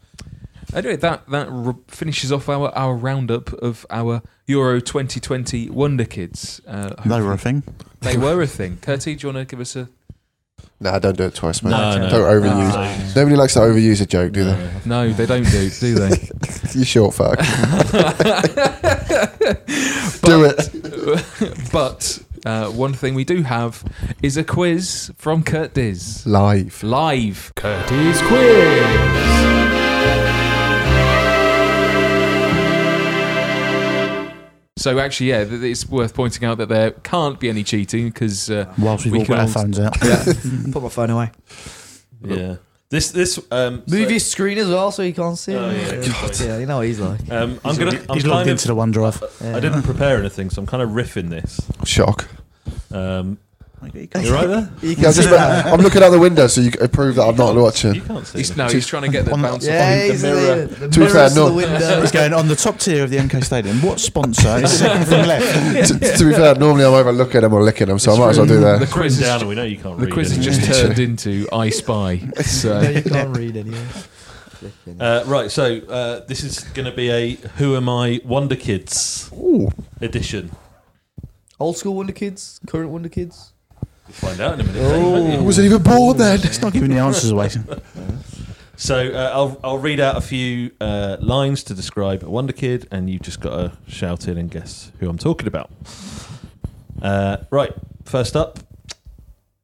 Speaker 1: Anyway, that that r- finishes off our our roundup of our Euro 2020 Wonder Kids. Uh,
Speaker 3: They
Speaker 1: hopefully-
Speaker 3: were a thing.
Speaker 1: they were a thing. Curti, do you want to give us a
Speaker 2: Nah, don't do it twice, mate.
Speaker 5: No, no.
Speaker 2: Don't overuse. Nobody likes to overuse a joke, do they?
Speaker 1: no? They don't do, do they?
Speaker 2: You short fuck.
Speaker 1: but,
Speaker 2: Do it.
Speaker 1: but uh, one thing we do have is a quiz from Kurt Diz.
Speaker 2: Live.
Speaker 1: Live. Curtis quiz. So actually, yeah, th- it's worth pointing out that there can't be any cheating because uh,
Speaker 3: Whilst we've
Speaker 1: We
Speaker 3: all got our
Speaker 1: can all-
Speaker 3: phones out.
Speaker 4: Put my phone away.
Speaker 5: Yeah. This this um.
Speaker 4: Move
Speaker 5: so,
Speaker 4: your screen as well so you can't see.
Speaker 5: Oh,
Speaker 4: it.
Speaker 5: yeah, God.
Speaker 4: Yeah, you know what he's like.
Speaker 5: um, I'm
Speaker 3: He's
Speaker 5: gonna.
Speaker 3: logged-
Speaker 5: I'm
Speaker 3: he's logged
Speaker 5: kind
Speaker 3: into
Speaker 5: of,
Speaker 3: the OneDrive.
Speaker 4: Yeah.
Speaker 5: I didn't prepare anything, so I'm kind of riffing this.
Speaker 2: Shock.
Speaker 5: Um, you right there?
Speaker 4: You
Speaker 2: Yeah, I'm, just, I'm looking out the window so you can prove that I'm not
Speaker 5: You
Speaker 2: watching.
Speaker 5: can't see.
Speaker 1: he's,
Speaker 5: me.
Speaker 1: no, he's trying to get the
Speaker 3: On the-
Speaker 1: bounce. off.
Speaker 4: yeah,
Speaker 2: the
Speaker 4: he's
Speaker 2: mirror.
Speaker 4: The,
Speaker 2: To
Speaker 4: the
Speaker 2: be
Speaker 4: mirrors
Speaker 2: fair,
Speaker 4: to
Speaker 2: no-
Speaker 4: the window.
Speaker 3: It's going on the top tier of the MK Stadium. What sponsor is second from
Speaker 2: to,
Speaker 3: left?
Speaker 2: to be fair, normally I'm either looking at them or licking them, so I might as well do
Speaker 1: The
Speaker 2: that.
Speaker 1: quiz
Speaker 5: down,
Speaker 1: is,
Speaker 5: and we know you can't
Speaker 1: the
Speaker 5: read
Speaker 1: quiz
Speaker 5: it.
Speaker 1: has just turned into I Spy.
Speaker 4: No,
Speaker 1: So
Speaker 4: you can't read anyway. Flipping.
Speaker 5: Uh, right, so uh, this is going to be a Who Am I Wonder Kids edition.
Speaker 4: Old school Wonder Kids, current Wonder Kids.
Speaker 5: We'll find out in a minute. Dave, won't you?
Speaker 2: Was it even born then?
Speaker 3: It's not giving the answers away.
Speaker 5: So uh, I'll, I'll read out a few uh, lines to describe a Wonder Kid, and you've just got to shout in and guess who I'm talking about. Uh, right, first up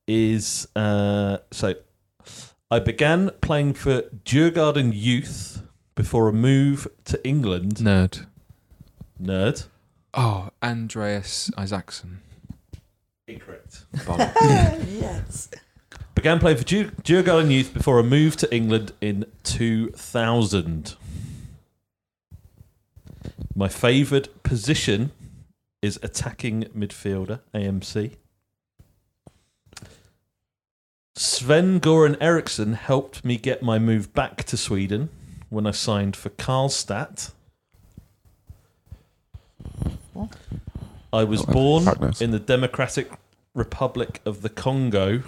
Speaker 5: is uh, so I began playing for Djurgården Youth before a move to England.
Speaker 1: nerd.
Speaker 5: Nerd.
Speaker 1: Oh, Andreas Isaacson.
Speaker 5: Incorrect.
Speaker 1: Bollocks.
Speaker 5: Began playing for Djur- Djurgården Youth before a move to England in 2000. My favoured position is attacking midfielder, AMC. Sven Goran Eriksson helped me get my move back to Sweden when I signed for Karlstad. I
Speaker 2: Oh,
Speaker 5: was born
Speaker 2: Fuck knows.
Speaker 5: in the Democratic Republic of the Congo,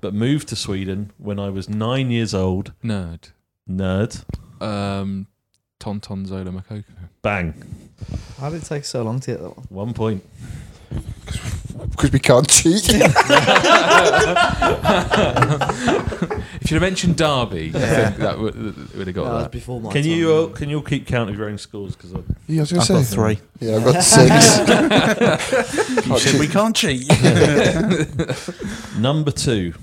Speaker 5: but moved to Sweden when I was nine years old.
Speaker 1: nerd.
Speaker 5: Nerd.
Speaker 1: Um, Tonton Zola Makoko.
Speaker 5: Bang.
Speaker 4: How did it take so long to get that one?
Speaker 5: One point.
Speaker 2: Because we can't cheat.
Speaker 1: If you'd have mentioned Derby, I think that would, that would have got
Speaker 4: No, that was
Speaker 2: Uh,
Speaker 1: that.
Speaker 4: before my
Speaker 5: Can
Speaker 4: time.
Speaker 5: you uh, all, can you all keep count of your own scores? Because
Speaker 2: Yeah, I was going
Speaker 3: I've
Speaker 2: to
Speaker 3: got
Speaker 2: say.
Speaker 3: three.
Speaker 2: Yeah, I've got six.
Speaker 3: You said we can't cheat.
Speaker 5: number two,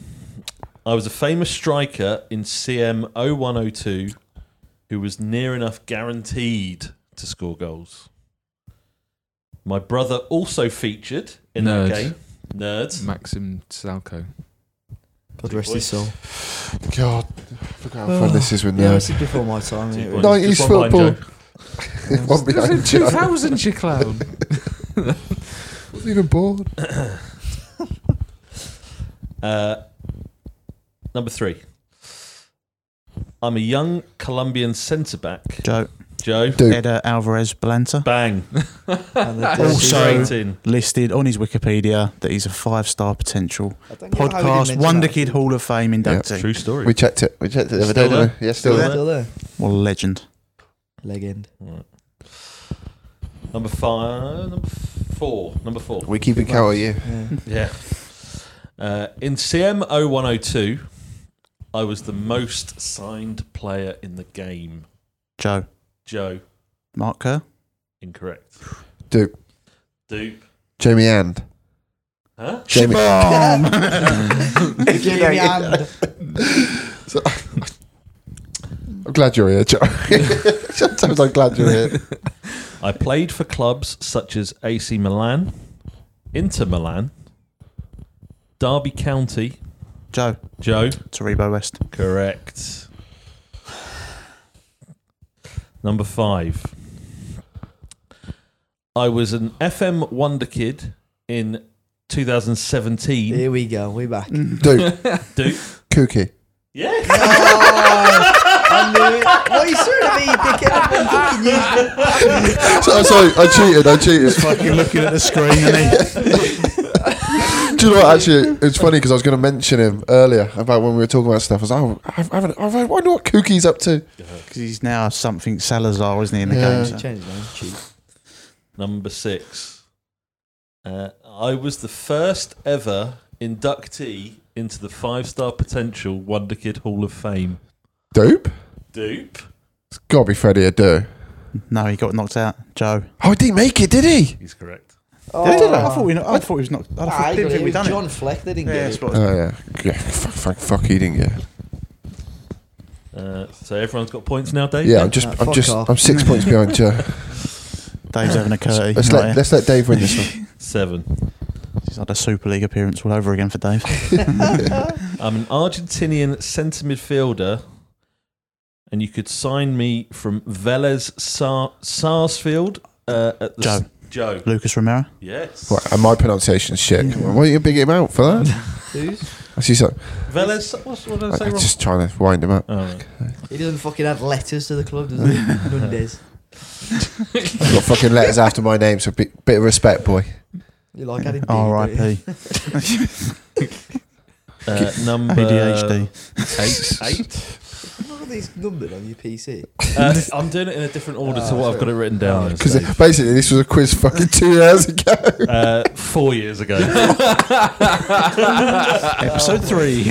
Speaker 5: I was a famous striker in oh CM 0102 who was near enough guaranteed to score goals. My brother also featured in
Speaker 1: Nerd.
Speaker 5: that game. Nerd.
Speaker 1: Maxim Salko.
Speaker 4: God rest his soul.
Speaker 2: God, look how fun this is with
Speaker 4: Yeah, this
Speaker 2: nerds.
Speaker 4: is before my time.
Speaker 5: Two
Speaker 4: really.
Speaker 5: points.
Speaker 2: Nineties
Speaker 5: Just one behind
Speaker 2: football. One behind you. I
Speaker 1: 2000, you clown.
Speaker 2: wasn't even born.
Speaker 5: Uh, number three. I'm a young Colombian centre back
Speaker 3: Joe,
Speaker 5: Joe.
Speaker 2: Dude.
Speaker 3: Eder Alvarez Balanta
Speaker 5: Bang.
Speaker 4: And the
Speaker 5: Oh,
Speaker 3: Also-
Speaker 5: Straight in.
Speaker 3: listed on his Wikipedia that he's a five star potential
Speaker 4: I don't get how we didn't
Speaker 3: podcast
Speaker 4: mention
Speaker 3: Wonder
Speaker 4: that.
Speaker 3: Kid Hall of Fame inductee.
Speaker 5: True story.
Speaker 2: We checked it. We checked it the other day.
Speaker 5: Still
Speaker 2: didn't we? Yeah, still
Speaker 4: Still there.
Speaker 2: there.
Speaker 4: Still there.
Speaker 3: What a legend.
Speaker 4: Legend.
Speaker 5: Right. Number five. Number four. Number four.
Speaker 2: We keeping count of you.
Speaker 4: Yeah.
Speaker 5: Yeah. Uh, in CM0102, I was the most signed player in the game.
Speaker 3: Joe.
Speaker 5: Joe,
Speaker 3: Mark Kerr.
Speaker 5: incorrect.
Speaker 2: Dupe.
Speaker 5: Dupe.
Speaker 2: Jamie and
Speaker 5: Huh?
Speaker 2: Jamie. Um.
Speaker 4: Give me a hand.
Speaker 2: I'm glad you're here, Joe. Sometimes I'm glad you're here.
Speaker 5: I played for clubs such as AC Milan, Inter Milan, Derby County.
Speaker 3: Joe.
Speaker 5: Joe,
Speaker 3: Taribo West.
Speaker 5: correct. Number five. I was an FM Wonder Kid in 2017.
Speaker 4: Here we go. We back.
Speaker 2: Dupe.
Speaker 5: Dupe.
Speaker 2: Kooky.
Speaker 5: Yeah.
Speaker 4: I knew it. What are you staring at me, you dickhead? I'm fucking you.
Speaker 2: So, I'm sorry, I cheated. I cheated.
Speaker 3: Fucking looking at the screen and he,
Speaker 2: Do you know what? Actually, it's funny because I was going to mention him earlier about when we were talking about stuff. I was like, oh, I haven't. I haven't- I wonder what Kookie's up to.
Speaker 3: cause he's now something Salazar, isn't he, in the
Speaker 2: Yeah.
Speaker 3: game? so-
Speaker 4: Change his name. Cheap.
Speaker 5: Number six. Uh, I was the first ever inductee into the five star potential Wonder Kid Hall of Fame.
Speaker 2: Dupe.
Speaker 5: Dupe.
Speaker 2: It's got to be Freddie Adu.
Speaker 3: No, he got knocked out. Joe.
Speaker 2: Oh, he didn't make it, did he?
Speaker 5: He's correct.
Speaker 3: I, thought we, I thought he was knocked I
Speaker 4: Oh. Ah,
Speaker 3: thought, didn't
Speaker 4: he got hit
Speaker 3: think we'd
Speaker 4: with
Speaker 3: done
Speaker 4: John
Speaker 3: it.
Speaker 4: Fleck. They didn't
Speaker 3: Yeah,
Speaker 4: get
Speaker 3: that's
Speaker 4: it.
Speaker 3: what-
Speaker 2: Oh yeah. yeah fuck, fuck, fuck. He didn't get. It.
Speaker 5: Uh, so everyone's got points now, Dave?
Speaker 2: Yeah, I'm just.
Speaker 4: Ah,
Speaker 2: I'm
Speaker 4: fuck
Speaker 2: just.
Speaker 4: off.
Speaker 2: I'm six points behind Joe.
Speaker 3: Dave's having a curty.
Speaker 2: Let's
Speaker 3: right?
Speaker 2: let, let's let Dave win this one.
Speaker 5: Seven.
Speaker 3: He's had a Super League appearance all over again for Dave.
Speaker 5: I'm an Argentinian centre midfielder, and you could sign me from Vélez Sar- Sarsfield uh, at the.
Speaker 3: Joe.
Speaker 5: Joe.
Speaker 3: Lucas Romero.
Speaker 5: Yes.
Speaker 2: Right, and my pronunciation's shit. Why are you bigging him out for that?
Speaker 4: Who's?
Speaker 2: I see. So
Speaker 5: Vélez. What's, what did I
Speaker 2: I,
Speaker 5: say
Speaker 2: I'm
Speaker 5: wrong?
Speaker 2: just trying to wind him up.
Speaker 5: Oh, right.
Speaker 4: He doesn't fucking add letters to the club, does he? Nundes.
Speaker 2: I've got fucking letters after my name, so bit, bit of respect, boy.
Speaker 4: You like adding D, don't you?
Speaker 3: R.I.P.
Speaker 5: Uh, number
Speaker 3: ADHD.
Speaker 5: eight. eight.
Speaker 4: Look at these numbered on your PC.
Speaker 5: Uh, I'm doing it in a different order
Speaker 3: Ah,
Speaker 5: to what I've got it written down. as,
Speaker 2: Because
Speaker 5: Dave.
Speaker 2: basically, this was a quiz fucking two years ago.
Speaker 5: uh, four years ago,
Speaker 3: Episode three.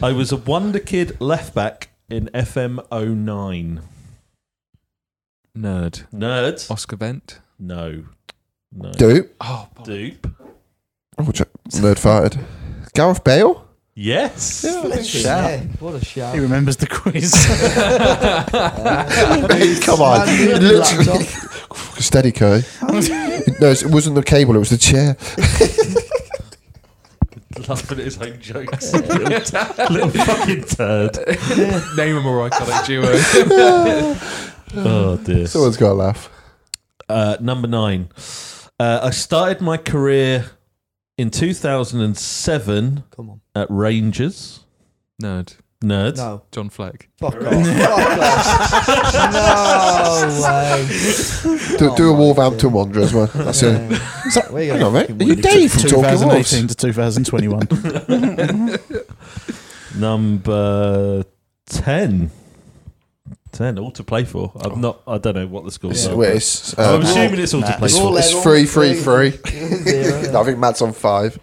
Speaker 5: I was a wonder kid left back in oh FM 09.
Speaker 1: Nerd.
Speaker 5: Nerd?
Speaker 1: Oscar Bent.
Speaker 5: No, no.
Speaker 2: Dupe.
Speaker 1: Oh,
Speaker 5: Dupe.
Speaker 2: Oh, j- nerd farted. Gareth Bale.
Speaker 5: Yes.
Speaker 4: Flipping
Speaker 3: shout.
Speaker 4: heck, What a
Speaker 5: uh,
Speaker 4: shout.
Speaker 3: He remembers the quiz.
Speaker 2: Mate, come on,
Speaker 4: Man, dude,
Speaker 2: literally.
Speaker 4: laptop.
Speaker 2: Steady, Curry. no, it wasn't the cable; it was the chair.
Speaker 5: Laughing at his own jokes. little, little fucking turd.
Speaker 1: Name a more iconic duo.
Speaker 5: Oh, dear.
Speaker 2: Someone's got to laugh.
Speaker 5: Uh, number nine. Uh, I started my career in 2007
Speaker 4: Come on.
Speaker 5: at Rangers.
Speaker 1: Nerd.
Speaker 5: Nerd.
Speaker 4: No.
Speaker 1: John Fleck.
Speaker 4: Fuck off. Fuck off.
Speaker 2: Do,
Speaker 4: Oh
Speaker 2: do a
Speaker 4: my
Speaker 2: Wolverhampton Wanderer as well. That's
Speaker 4: No
Speaker 2: it.
Speaker 4: way.
Speaker 2: So-
Speaker 4: Where you
Speaker 2: Hang
Speaker 4: gonna
Speaker 2: on, mate.
Speaker 4: fucking
Speaker 2: Are you
Speaker 4: win?
Speaker 2: Dave from Talking Wolves?
Speaker 3: 2018 to 2021.
Speaker 5: Number ten. Ten, all to play for. I'm not. I don't know what the score is.
Speaker 2: It's,
Speaker 5: I'm
Speaker 2: wait, it's, uh,
Speaker 4: Well,
Speaker 5: assuming it's all to
Speaker 3: nah,
Speaker 5: play
Speaker 4: it's
Speaker 5: for.
Speaker 4: all
Speaker 2: it's
Speaker 4: level.
Speaker 2: free, free, free.
Speaker 4: Zero, yeah.
Speaker 2: No, I think Matt's on five.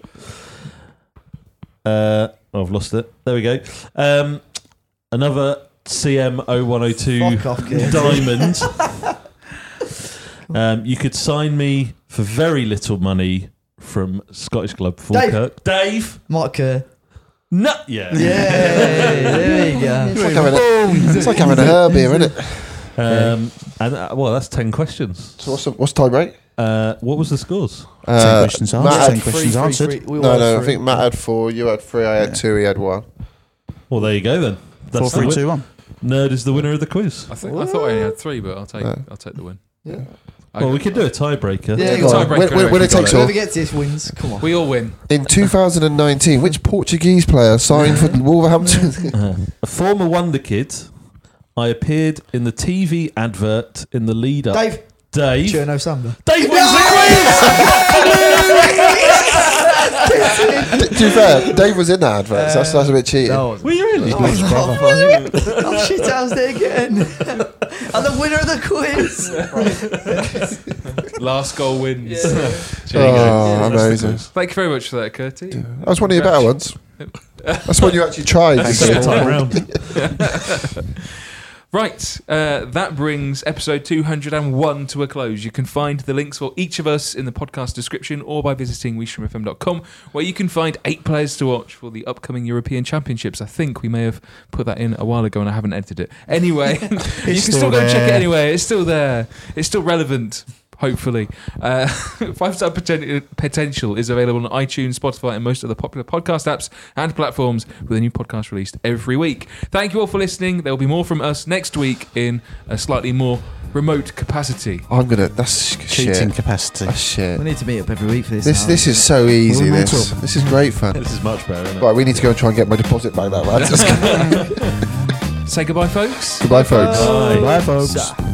Speaker 5: Uh, oh, I've lost it. There we go. Um, another CM0102
Speaker 4: Fuck off, kid.
Speaker 5: diamond. um, you could sign me for very little money from Scottish club Falkirk. Dave.
Speaker 4: Mark Kerr.
Speaker 5: No. Yeah.
Speaker 4: Yay, there you
Speaker 2: It's
Speaker 4: go.
Speaker 2: like, having a, it's like having a herb here, isn't it?
Speaker 5: Um, and uh, well, that's ten questions.
Speaker 2: So what's the, what's tie break?
Speaker 5: Uh, what was the scores?
Speaker 3: Ten
Speaker 2: Uh,
Speaker 3: questions
Speaker 2: Matt
Speaker 3: answered. Ten
Speaker 2: had
Speaker 3: questions
Speaker 4: Three, three,
Speaker 3: answered.
Speaker 4: three. We
Speaker 2: no,
Speaker 4: were
Speaker 2: no. I
Speaker 4: three.
Speaker 2: think Matt had four. You had three. I had
Speaker 3: Yeah.
Speaker 2: two. He had one.
Speaker 5: Well, there you go then.
Speaker 3: Four,
Speaker 5: That's the
Speaker 3: three,
Speaker 5: win-
Speaker 3: two, one.
Speaker 5: Nerd is the winner of the quiz.
Speaker 1: I think I thought I only had three, but I'll take I'll take the win.
Speaker 2: Yeah.
Speaker 1: I-
Speaker 5: Well, we could do a tiebreaker.
Speaker 4: Yeah,
Speaker 2: Go on.
Speaker 1: Tiebreaker,
Speaker 2: Win- win-
Speaker 1: I
Speaker 2: winner
Speaker 1: reckon,
Speaker 2: takes
Speaker 1: got
Speaker 2: all.
Speaker 4: Whoever gets this wins. Come on.
Speaker 1: We all win.
Speaker 2: In 2019, which Portuguese player signed for Wolverhampton?
Speaker 5: A former Wonder Kid, I appeared in the TV advert in the lead up.
Speaker 4: Dave.
Speaker 5: Dave.
Speaker 4: Cherno Samba.
Speaker 5: Dave wins the
Speaker 2: to be fair, Dave was in that advert. so that's, that's a bit cheating.
Speaker 4: No,
Speaker 5: Were you really?
Speaker 4: Oh, no. oh shit, I was there again. I'm the winner of the quiz.
Speaker 1: Last goal wins.
Speaker 2: oh, amazing.
Speaker 1: Thank you very much for that, Curtis.
Speaker 2: That was one of your better ones. That's one you actually tried.
Speaker 5: Second time round.
Speaker 1: Right, uh, that brings episode 201 to a close. You can find the links for each of us in the podcast description or by visiting weshroomfm.com, where you can find eight players to watch for the upcoming European Championships. I think we may have put that in a while ago and I haven't edited it. Anyway, you can still, go and check it
Speaker 3: there.
Speaker 1: anyway. It's still there, it's still relevant. Hopefully, uh, Five Star Poten- Potential is available on iTunes, Spotify, and most other popular podcast apps and platforms with a new podcast released every week. Thank you all for listening. There will be more from us next week in a slightly more remote capacity.
Speaker 2: I'm gonna. That's
Speaker 3: Cheating
Speaker 2: shit.
Speaker 3: capacity.
Speaker 2: That's shit.
Speaker 4: we need to meet up every week for this.
Speaker 2: This
Speaker 4: now.
Speaker 2: this is so easy.
Speaker 4: We'll meet
Speaker 2: This
Speaker 4: up.
Speaker 2: this is great fun.
Speaker 5: This is much better, isn't it?
Speaker 2: Right, we need to go and try and get my deposit back. That man.
Speaker 1: Say goodbye, folks.
Speaker 2: Goodbye, folks.
Speaker 5: Bye.
Speaker 3: Bye, folks.
Speaker 4: Sir.